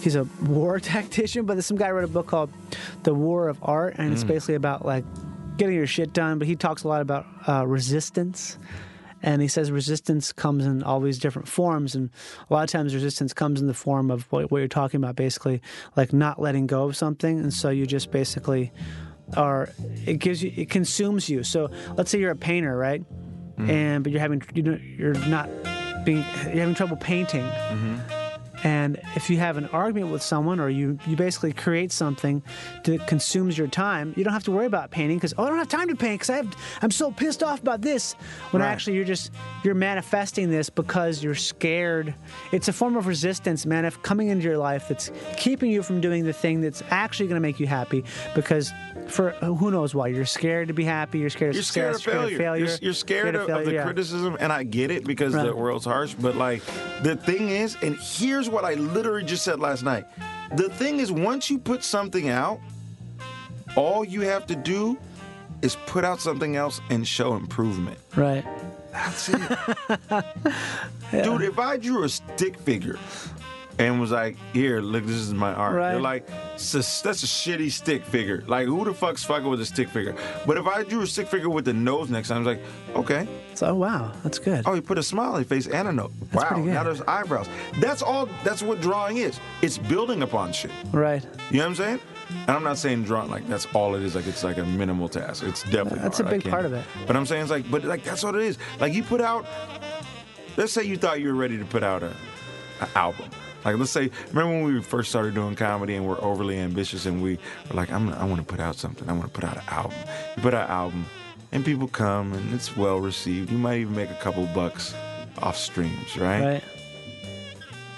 S4: he's a war tactician, but there's some guy wrote a book called The War of Art, and it's
S16: Mm.
S4: basically about like getting your shit done. But he talks a lot about uh, resistance. And he says resistance comes in all these different forms, and a lot of times resistance comes in the form of what, what you're talking about, basically, like not letting go of something, and so you just basically are. It gives you, it consumes you. So let's say you're a painter, right?
S16: Mhm.
S4: And but you're having, you know, you're not being, you're having trouble painting. And if you have an argument with someone, or you, you basically create something that consumes your time, you don't have to worry about painting because oh, I don't have time to paint because I have I'm so pissed off about this. When
S16: Right.
S4: actually you're just you're manifesting this because you're scared. It's a form of resistance, man, if coming into your life that's keeping you from doing the thing that's actually going to make you happy. Because for who knows why you're scared to be happy, you're scared,
S9: You're scared of failure. You're, you're scared of, of the
S4: yeah.
S9: criticism, and I get it because
S4: Right.
S9: the world's harsh. But like, the thing is, and here's what I literally just said last night. The thing is, once you put something out, all you have to do is put out something else and show improvement.
S4: Right.
S9: That's it. Dude, if I drew a stick figure and was like, here, look, this is my art.
S15: Right.
S9: They're like, "S- that's a shitty stick figure. Like, who the fuck's fucking with a stick figure? But if I drew a stick figure with the nose next time, I was like, okay.
S4: So, oh, wow, that's good.
S9: Oh, he put a smiley face and a nose. wow, now there's eyebrows. That's all, that's what drawing is. It's building upon shit.
S4: Right.
S9: You know what I'm saying? And I'm not saying drawing like that's all it is. Like it's like a minimal task. It's definitely
S4: That's a
S9: hard. I
S4: big
S9: can't-
S4: part of it.
S9: But I'm saying it's like, but like that's what it is. Like you put out. Let's say you thought you were ready to put out a, a album. Like let's say, remember when we first started doing comedy and we're overly ambitious and we were like, I'm I want to put out something. I want to put out an album. You put out an album, and people come and it's well received. You might even make a couple bucks off streams,
S4: Right.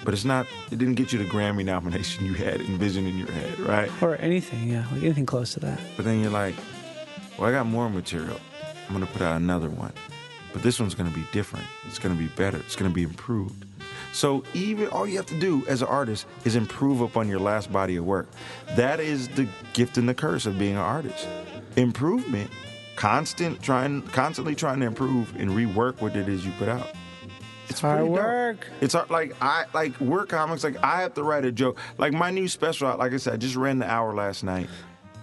S9: but it's not it didn't get you the grammy nomination you had envisioned in your head right
S4: Or anything, yeah, like anything close to that.
S9: but then you're like well i got more material i'm gonna put out another one but this one's gonna be different it's gonna be better it's gonna be improved so even all you have to do as an artist is improve upon your last body of work that is the gift and the curse of being an artist improvement constant trying constantly trying to improve and rework what it is you put out it's
S4: hard
S9: pretty dope.
S4: work.
S9: It's hard, like I like we're comics. Like I have to write a joke. Like my new special, like I said, I just ran the hour last night,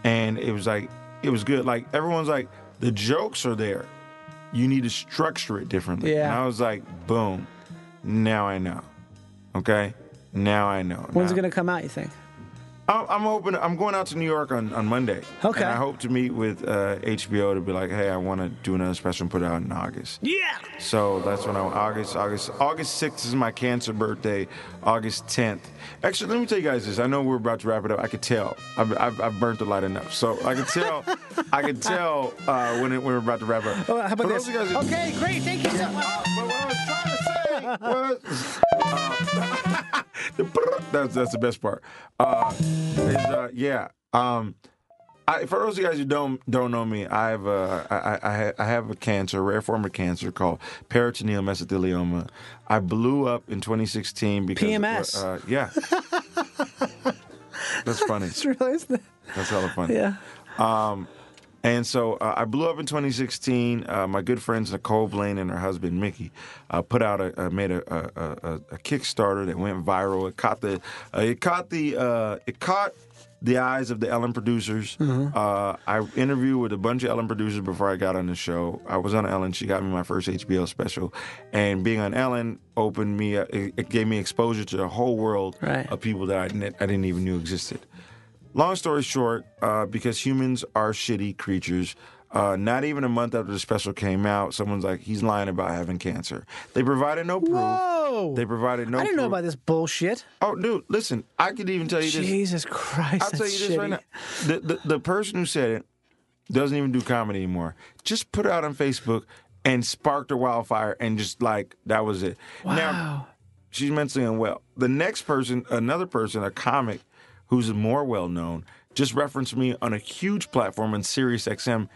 S9: and it was like it was good. Like everyone's like the jokes are there. You need to structure it differently.
S4: Yeah.
S9: And I was like, boom. Now I know. Okay. Now I know.
S4: When's it going to come out, you think?
S9: I'm, I'm hoping I'm going out to New York on, on Monday.
S4: Okay.
S9: And I hope to meet with uh, HBO to be like, hey, I want to do another special and put it out in August.
S4: Yeah.
S9: So that's when I August August August sixth is my Cancer birthday. August tenth. Actually, let me tell you guys this. I know we're about to wrap it up. I could tell. I've, I've, I've burnt the light enough, so I could tell. I could tell uh, when, it, when we're about to wrap up.
S4: Oh, How
S9: For
S4: about
S9: those
S4: this?
S9: of you guys-
S4: Okay, great. Thank you so much.
S9: That's that's the best part. Uh, is, uh, yeah. Um, I, for those of you guys who don't don't know me, I have a, I, I, I ha- I have a cancer, a rare form of cancer called peritoneal mesothelioma. I blew up in 2016 because
S4: PMS.
S9: Uh, yeah. uh, That's funny.
S4: just realized that.
S9: That's hella funny.
S4: Yeah.
S9: Um, and so uh, I blew up in 2016. Uh, my good friends Nicole Blaine and her husband Mickey uh, put out a, uh, made a, a, a, a Kickstarter that went viral. It caught the uh, it caught the uh, it caught the eyes of the Ellen producers. Uh, I interviewed with a bunch of Ellen producers before I got on the show. I was on Ellen. She got me my first HBO special, and being on Ellen opened me. Uh, it, it gave me exposure to the whole world
S4: Right.
S9: of people that I didn't, I didn't even knew existed. Long story short, uh, because humans are shitty creatures, uh, not even a month after the special came out, someone's like, he's lying about having cancer. They provided no proof.
S4: Whoa!
S9: Oh. They provided no
S4: I didn't know
S9: proof.
S4: about this bullshit.
S9: Oh, dude, listen, I could even tell you this.
S4: Jesus Christ,
S9: I'll tell
S4: that's
S9: you this right
S4: shitty.
S9: now. The, the, the person who said it doesn't even do comedy anymore. Just put it out on Facebook and sparked a wildfire and just like, that was it. Now, she's mentally unwell. The next person, another person, a comic who's more well known, just referenced me on a huge platform on Sirius XM